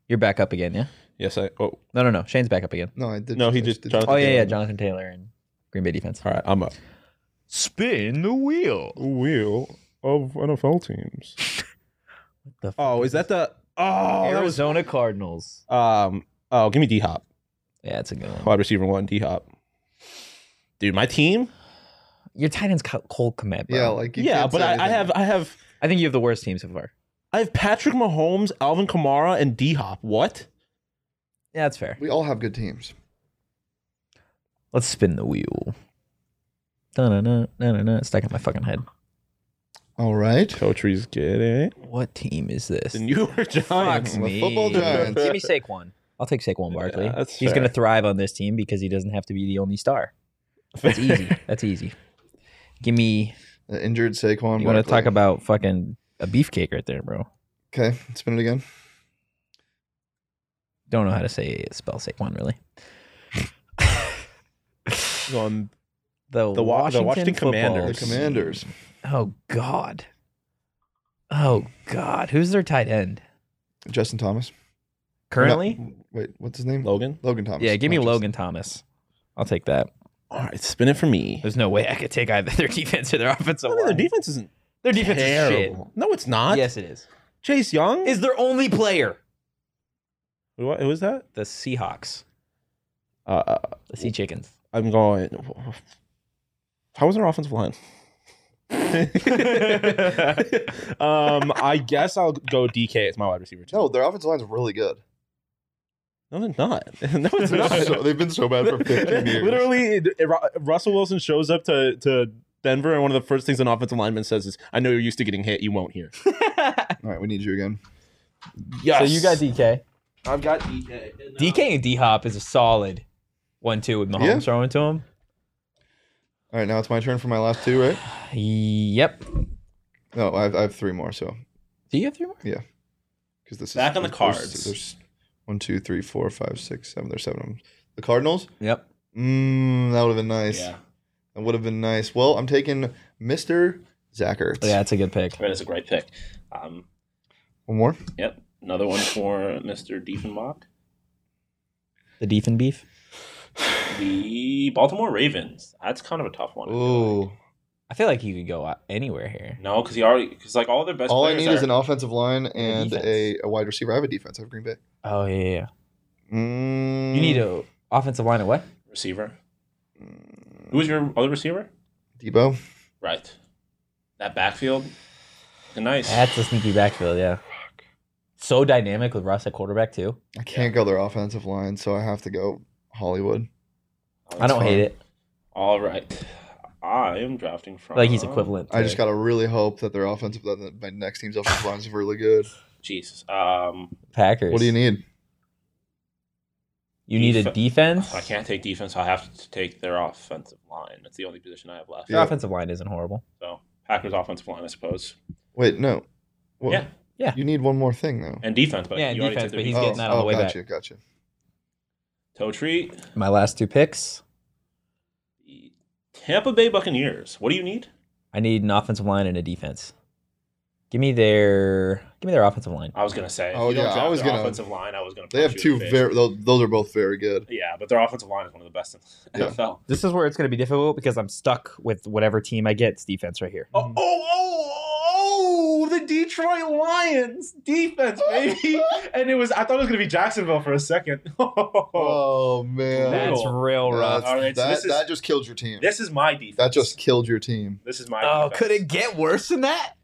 [SPEAKER 2] You're back up again, yeah?
[SPEAKER 6] Yes, I. Oh,
[SPEAKER 2] No, no, no. Shane's back up again.
[SPEAKER 3] no, I did.
[SPEAKER 6] No, he
[SPEAKER 3] I
[SPEAKER 6] just-
[SPEAKER 3] did-
[SPEAKER 6] Jonathan-
[SPEAKER 2] Oh yeah, yeah.
[SPEAKER 6] Taylor.
[SPEAKER 2] Jonathan Taylor and Green Bay defense.
[SPEAKER 6] all right. I'm up.
[SPEAKER 2] Spin the wheel.
[SPEAKER 6] Wheel of NFL teams.
[SPEAKER 2] The
[SPEAKER 6] Oh, is that the? Oh, that was.
[SPEAKER 2] Arizona Cardinals.
[SPEAKER 6] Um. Oh, give me D Hop,
[SPEAKER 2] Yeah, it's a good one.
[SPEAKER 6] wide receiver one. D Hop. Dude, my team.
[SPEAKER 2] Your tight end's Co- Cole Komet, bro.
[SPEAKER 3] yeah, like you
[SPEAKER 6] yeah,
[SPEAKER 3] can't
[SPEAKER 6] but
[SPEAKER 3] say
[SPEAKER 6] I, I
[SPEAKER 3] anything.
[SPEAKER 6] have, I have,
[SPEAKER 2] I think you have the worst team so far.
[SPEAKER 6] I have Patrick Mahomes, Alvin Kamara, and D Hop. What?
[SPEAKER 2] Yeah, that's fair.
[SPEAKER 3] We all have good teams.
[SPEAKER 2] Let's spin the wheel. Da-na-na, na-na-na. It's Stuck in my fucking head.
[SPEAKER 3] All right.
[SPEAKER 6] Coachree's getting
[SPEAKER 2] What team is this?
[SPEAKER 6] the newer [laughs] Giants.
[SPEAKER 2] Fuck
[SPEAKER 3] the
[SPEAKER 2] me.
[SPEAKER 3] football giants.
[SPEAKER 2] Give me Saquon. I'll take Saquon Barkley.
[SPEAKER 6] Yeah, that's
[SPEAKER 2] He's
[SPEAKER 6] fair.
[SPEAKER 2] going to thrive on this team because he doesn't have to be the only star.
[SPEAKER 6] [laughs]
[SPEAKER 2] That's easy. That's easy. Give me.
[SPEAKER 3] The injured Saquon.
[SPEAKER 2] You want to
[SPEAKER 3] Barkley.
[SPEAKER 2] talk about fucking a beefcake right there, bro?
[SPEAKER 3] Okay, spin it again.
[SPEAKER 2] Don't know how to say spell Saquon really.
[SPEAKER 6] Going
[SPEAKER 2] The
[SPEAKER 6] The Wa- the
[SPEAKER 2] Washington,
[SPEAKER 6] Washington
[SPEAKER 2] football
[SPEAKER 3] The
[SPEAKER 6] Commanders.
[SPEAKER 2] team.
[SPEAKER 3] Commanders.
[SPEAKER 2] Oh God. Oh God. Who's their tight end
[SPEAKER 3] Justin Thomas.
[SPEAKER 2] currently?
[SPEAKER 3] No, wait, what's his name?
[SPEAKER 6] Logan.
[SPEAKER 3] Logan Thomas.
[SPEAKER 2] Yeah, give me
[SPEAKER 3] Not Justin.
[SPEAKER 2] Logan Thomas. I'll take that.
[SPEAKER 6] All right, spin it for me.
[SPEAKER 2] There's no way I could take either their [laughs] defense or their offensive
[SPEAKER 6] I mean,
[SPEAKER 2] line.
[SPEAKER 6] their defense isn't
[SPEAKER 2] their defense is
[SPEAKER 6] terrible. No, it's not.
[SPEAKER 2] shit. Yes, it is.
[SPEAKER 6] Chase Young
[SPEAKER 2] Is their only player
[SPEAKER 6] What, who is that?
[SPEAKER 2] the Seahawks?
[SPEAKER 6] Uh,
[SPEAKER 2] The Sea Chickens.
[SPEAKER 6] [laughs] I'm going. How was their offensive line? um, I guess I'll go DK as my wide receiver. Too.
[SPEAKER 3] No, their offensive line's really good.
[SPEAKER 6] no, they're not. [laughs] no, it's
[SPEAKER 3] They're
[SPEAKER 6] not. [laughs]
[SPEAKER 3] so- [laughs] they've been so [laughs] bad for 15 years.
[SPEAKER 6] Literally, it- it- Ru- Russell Wilson shows up to to Denver, and one of the first things an offensive lineman says is, "I know you're used to getting hit. You
[SPEAKER 2] [laughs]
[SPEAKER 6] won't here."
[SPEAKER 3] All right, we need you again.
[SPEAKER 6] Yes.
[SPEAKER 2] So you got DK.
[SPEAKER 6] I've got DK.
[SPEAKER 2] DK and D Hop is a solid one-two with Mahomes
[SPEAKER 3] Yeah.
[SPEAKER 2] throwing to him.
[SPEAKER 3] All right, now it's my turn for my last two, right?
[SPEAKER 2] Yep.
[SPEAKER 3] No, I have, I have three more. So
[SPEAKER 2] Do you have three more?
[SPEAKER 3] because this
[SPEAKER 4] Back
[SPEAKER 3] is
[SPEAKER 4] on the
[SPEAKER 3] there's-
[SPEAKER 4] cards.
[SPEAKER 3] There's, there's one, two, three, four, five, six, seven. There's seven of them. The Cardinals.
[SPEAKER 2] Yep.
[SPEAKER 3] Mm, that would have been nice.
[SPEAKER 4] Yeah,
[SPEAKER 3] That would have been nice. Well, I'm taking Mister Zach Ertz.
[SPEAKER 2] Oh, Yeah, that's a good pick.
[SPEAKER 4] I mean, it's a great pick. Um,
[SPEAKER 3] One more.
[SPEAKER 4] yep, another one for Mr. Diefenbach.
[SPEAKER 2] The Deef and Beef.
[SPEAKER 4] The Baltimore Ravens. That's kind of a tough one. I feel like.
[SPEAKER 3] Oh,
[SPEAKER 2] I feel like you could go out anywhere here.
[SPEAKER 4] No, because he already because like all their best.
[SPEAKER 3] all I
[SPEAKER 4] players
[SPEAKER 3] need
[SPEAKER 4] are,
[SPEAKER 3] is an offensive line and
[SPEAKER 2] defense.
[SPEAKER 3] a, a wide receiver. I have a defense. I have Green Bay.
[SPEAKER 2] Oh yeah, yeah. yeah.
[SPEAKER 3] Mm,
[SPEAKER 2] You need a offensive line of what?
[SPEAKER 4] receiver. Mm. Who was your other receiver?
[SPEAKER 3] Debo.
[SPEAKER 4] Right. That backfield. Nice.
[SPEAKER 2] That's a sneaky backfield. Yeah. So dynamic with Russ at quarterback too.
[SPEAKER 3] I can't go their offensive line, so I have to go Hollywood.
[SPEAKER 2] I don't hate
[SPEAKER 3] fine.
[SPEAKER 2] it.
[SPEAKER 4] All right. I am drafting from.
[SPEAKER 2] Like he's equivalent. To
[SPEAKER 3] I just gotta really hope that their offensive that that my next team's offensive line is really good.
[SPEAKER 4] Jesus. Um,
[SPEAKER 2] Packers.
[SPEAKER 3] What do you need?
[SPEAKER 2] You need a
[SPEAKER 4] Def-
[SPEAKER 2] defense.
[SPEAKER 4] I can't take defense. I have to take their offensive line. That's the only position I have left.
[SPEAKER 2] Their
[SPEAKER 3] Yeah.
[SPEAKER 2] offensive line isn't horrible.
[SPEAKER 4] So Packers offensive line, I suppose.
[SPEAKER 3] Wait, no. What-
[SPEAKER 4] Yeah.
[SPEAKER 2] Yeah.
[SPEAKER 3] You need one more thing though.
[SPEAKER 4] And defense, but
[SPEAKER 2] Yeah, and
[SPEAKER 4] you already
[SPEAKER 2] defense,
[SPEAKER 4] took
[SPEAKER 2] but
[SPEAKER 4] their
[SPEAKER 2] he's
[SPEAKER 4] defense.
[SPEAKER 2] getting that
[SPEAKER 3] Oh,
[SPEAKER 2] on the way back.
[SPEAKER 3] gotcha, Gotcha. oh.
[SPEAKER 4] toe treat.
[SPEAKER 2] My last two picks.
[SPEAKER 4] The Tampa Bay Buccaneers. What do you need?
[SPEAKER 2] I need an offensive line and a defense. Give me their give me their offensive line.
[SPEAKER 4] I was gonna say. if
[SPEAKER 3] Oh,
[SPEAKER 4] you don't
[SPEAKER 3] yeah, I
[SPEAKER 4] draft
[SPEAKER 3] was
[SPEAKER 4] their
[SPEAKER 3] gonna-
[SPEAKER 4] offensive line. I was gonna.
[SPEAKER 3] They have
[SPEAKER 4] punch you
[SPEAKER 3] two
[SPEAKER 4] in the face.
[SPEAKER 3] very. Those, those are both very good.
[SPEAKER 4] Yeah, but their offensive line is one of the best in the
[SPEAKER 3] Yeah.
[SPEAKER 4] NFL.
[SPEAKER 2] This is where it's going to be difficult because I'm stuck with whatever team I get. It's defense right here.
[SPEAKER 4] [laughs] Oh, oh, oh, oh, the Detroit Lions
[SPEAKER 3] [laughs]
[SPEAKER 4] defense, baby. and it was, I thought it was going to be Jacksonville for a second. [laughs]
[SPEAKER 3] Oh man,
[SPEAKER 2] That's
[SPEAKER 4] brutal.
[SPEAKER 2] real rough.
[SPEAKER 3] That's-
[SPEAKER 4] All right, so
[SPEAKER 3] that,
[SPEAKER 4] this is-
[SPEAKER 3] that just killed your team.
[SPEAKER 4] this is my defense.
[SPEAKER 3] that just killed your team.
[SPEAKER 4] this is my
[SPEAKER 2] Oh,
[SPEAKER 4] defense.
[SPEAKER 2] could it get worse than that?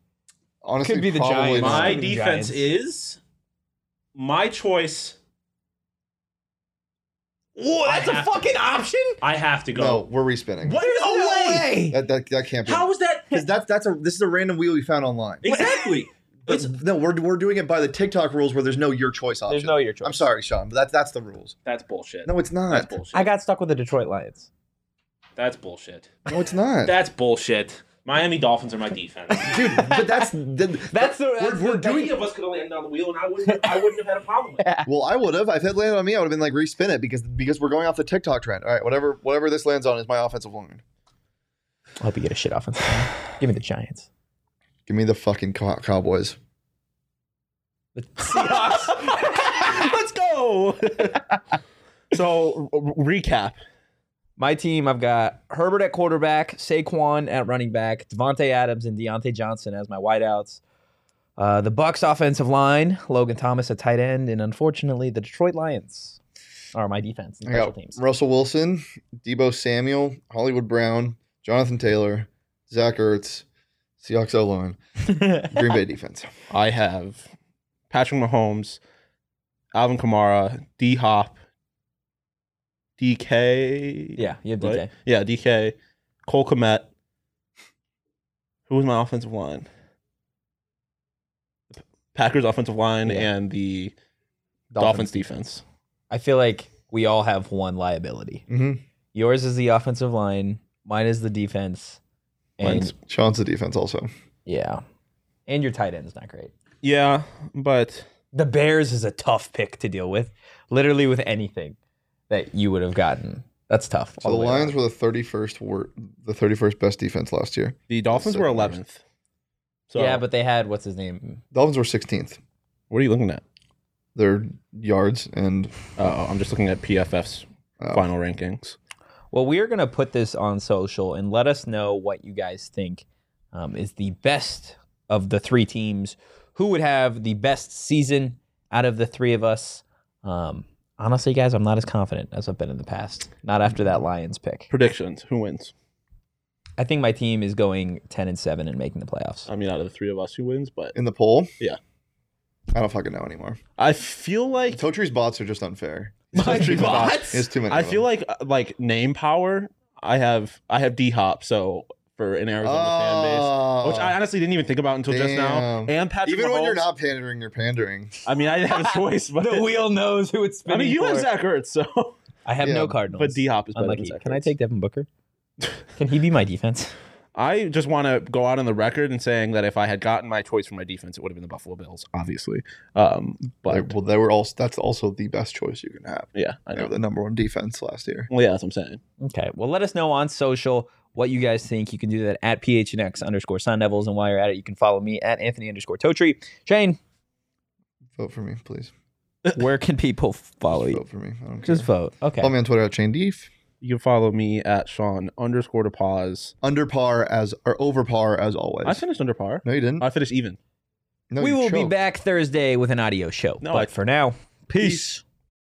[SPEAKER 3] Honestly,
[SPEAKER 2] Could be the
[SPEAKER 3] probably
[SPEAKER 2] Giants.
[SPEAKER 3] not.
[SPEAKER 4] My
[SPEAKER 2] Could be
[SPEAKER 4] defense
[SPEAKER 2] Giants.
[SPEAKER 4] is my choice.
[SPEAKER 2] Whoa,
[SPEAKER 4] I
[SPEAKER 2] that's a
[SPEAKER 4] have to-
[SPEAKER 2] fucking option.
[SPEAKER 4] I have to
[SPEAKER 3] No,
[SPEAKER 4] go.
[SPEAKER 3] we're respinning.
[SPEAKER 4] What?
[SPEAKER 2] There's
[SPEAKER 4] No
[SPEAKER 2] no,
[SPEAKER 4] way.
[SPEAKER 2] way.
[SPEAKER 3] That, that that can't be.
[SPEAKER 4] How is that?
[SPEAKER 3] 'Cause that's that's a this is a random wheel we found online.
[SPEAKER 4] Exactly.
[SPEAKER 3] But no, we're we're doing it by the TikTok rules where there's no your choice option.
[SPEAKER 2] There's no your choice.
[SPEAKER 3] I'm sorry, Sean, but that's that's the rules.
[SPEAKER 4] [laughs] That's bullshit.
[SPEAKER 3] No, it's
[SPEAKER 4] That's
[SPEAKER 3] not.
[SPEAKER 4] bullshit.
[SPEAKER 2] I got stuck with the Detroit Lions.
[SPEAKER 4] That's bullshit.
[SPEAKER 3] No, it's not.
[SPEAKER 4] That's bullshit. Miami Dolphins are my [laughs] defense.
[SPEAKER 3] Dude,
[SPEAKER 2] [laughs]
[SPEAKER 3] but that's the,
[SPEAKER 2] That's the
[SPEAKER 3] we're,
[SPEAKER 2] that's
[SPEAKER 3] we're
[SPEAKER 2] the-
[SPEAKER 3] doing.
[SPEAKER 4] of us could have landed on the wheel, and I wouldn't. I wouldn't have had a problem with it.
[SPEAKER 3] Well, I would have. If it landed on me, I would have been like respin it because because we're going off the TikTok trend. All right, whatever whatever this lands on is my offensive line.
[SPEAKER 2] I hope you get a shit offensive line. Give me the [laughs] Giants.
[SPEAKER 3] Give me the fucking cow- Cowboys.
[SPEAKER 2] The Seahawks.
[SPEAKER 3] [laughs]
[SPEAKER 6] Let's go. so re- recap.
[SPEAKER 2] My team, I've got Herbert at quarterback, Saquon at running back, Devontae Adams and Deontay Johnson as my wideouts. Uh, the Bucks offensive line, Logan Thomas at tight end, and unfortunately, the Detroit Lions are my defense and
[SPEAKER 3] I
[SPEAKER 2] special
[SPEAKER 3] got
[SPEAKER 2] teams.
[SPEAKER 3] Russell Wilson, Debo Samuel, Hollywood Brown, Jonathan Taylor, Zach Ertz, Seahawks O line,
[SPEAKER 2] [laughs]
[SPEAKER 3] Green Bay defense.
[SPEAKER 6] I have Patrick Mahomes, Alvin Kamara, D Hop, DK.
[SPEAKER 2] yeah, you have DK.
[SPEAKER 6] right? Yeah, DK, Cole Komet. Who was my offensive line? Packers offensive line
[SPEAKER 2] Yeah.
[SPEAKER 6] and the
[SPEAKER 2] Dolphins.
[SPEAKER 6] Dolphins, defense.
[SPEAKER 2] I feel like we all have one liability.
[SPEAKER 3] Mm-hmm.
[SPEAKER 2] Yours is the offensive line, mine is the defense, and
[SPEAKER 3] Mine's Sean's the defense also.
[SPEAKER 2] yeah, and your tight end is not great.
[SPEAKER 6] Yeah, but
[SPEAKER 2] the Bears is a tough pick to deal with, literally with anything that you would have gotten. That's tough.
[SPEAKER 3] So
[SPEAKER 2] all
[SPEAKER 4] Oh
[SPEAKER 3] the
[SPEAKER 2] way
[SPEAKER 3] Lions
[SPEAKER 2] around.
[SPEAKER 3] were the thirty first were the thirty first best defense last year.
[SPEAKER 6] the Dolphins were
[SPEAKER 3] second worst.
[SPEAKER 6] 11th. So
[SPEAKER 2] yeah, but they had what's his name?
[SPEAKER 3] Dolphins were sixteenth.
[SPEAKER 6] what are you looking at?
[SPEAKER 3] Their yards and
[SPEAKER 6] Oh, I'm just looking at PFF's
[SPEAKER 3] Oh.
[SPEAKER 6] final rankings.
[SPEAKER 2] Well, we are gonna put this on social and let us know what you guys think um, is the best of the three teams. Who would have the best season out of the three of us? Um, honestly, guys, I'm not as confident as I've been in the past. Not after that Lions pick.
[SPEAKER 6] Predictions. Who wins?
[SPEAKER 2] I think my team is going ten and seven and making the playoffs.
[SPEAKER 4] I mean, out of the three of us, who wins? But
[SPEAKER 3] in the poll?
[SPEAKER 4] Yeah.
[SPEAKER 3] I don't fucking know anymore.
[SPEAKER 4] I feel like
[SPEAKER 3] Totri's bots are just unfair.
[SPEAKER 4] [laughs] My
[SPEAKER 3] Totri's
[SPEAKER 4] bots?
[SPEAKER 3] bot- There's too many.
[SPEAKER 4] I
[SPEAKER 3] of
[SPEAKER 4] feel
[SPEAKER 3] them.
[SPEAKER 4] like uh, like name power. I have I have D Hop. So for an Arizona fan base, which I honestly didn't even think about until just now.
[SPEAKER 3] Oh, Damn.
[SPEAKER 4] And Patrick
[SPEAKER 3] even when you're
[SPEAKER 4] Mahomes. [laughs]
[SPEAKER 3] not pandering, you're pandering.
[SPEAKER 4] I mean, I didn't have a choice, but
[SPEAKER 2] the wheel knows who it's
[SPEAKER 4] I
[SPEAKER 2] spinning
[SPEAKER 4] mean, you
[SPEAKER 2] for.
[SPEAKER 4] have Zach Ertz, so [laughs]
[SPEAKER 2] I have
[SPEAKER 3] Yeah,
[SPEAKER 2] no Cardinals.
[SPEAKER 4] but D Hop is better than
[SPEAKER 2] Unlucky.
[SPEAKER 4] Zach
[SPEAKER 2] Can I
[SPEAKER 4] Ertz.
[SPEAKER 2] take Devin [laughs] Booker? Can he be my defense?
[SPEAKER 4] I just want to go out on the record and saying that if I had gotten my choice for my defense, it would have been the Buffalo Bills, obviously. Um,
[SPEAKER 3] They-
[SPEAKER 4] but
[SPEAKER 3] well, they were all. That's also the best choice you can have.
[SPEAKER 4] yeah, I
[SPEAKER 3] They were
[SPEAKER 4] know.
[SPEAKER 3] the number one defense last year.
[SPEAKER 4] Well, yeah, that's what I'm saying.
[SPEAKER 2] Okay. Well, let us know on social what you guys think. You can do that at PHNX underscore Sun Devils. And while you're at it, you can follow me at Anthony underscore Totri. [laughs] Shane,
[SPEAKER 3] Vote for me, please.
[SPEAKER 2] where can people follow
[SPEAKER 3] Just
[SPEAKER 2] you?
[SPEAKER 3] vote for me. I don't
[SPEAKER 2] Just
[SPEAKER 3] care.
[SPEAKER 2] vote. Okay.
[SPEAKER 3] Follow me on Twitter at Shane Deef.
[SPEAKER 4] You can follow me at Sean underscore to pause.
[SPEAKER 3] Under par as or over par as always.
[SPEAKER 4] I finished under par.
[SPEAKER 3] no, you didn't.
[SPEAKER 4] I finished even.
[SPEAKER 3] no,
[SPEAKER 2] we
[SPEAKER 3] you
[SPEAKER 2] will be
[SPEAKER 3] choked.
[SPEAKER 2] back Thursday with an audio show.
[SPEAKER 4] No,
[SPEAKER 2] but
[SPEAKER 4] I-
[SPEAKER 2] for now, peace.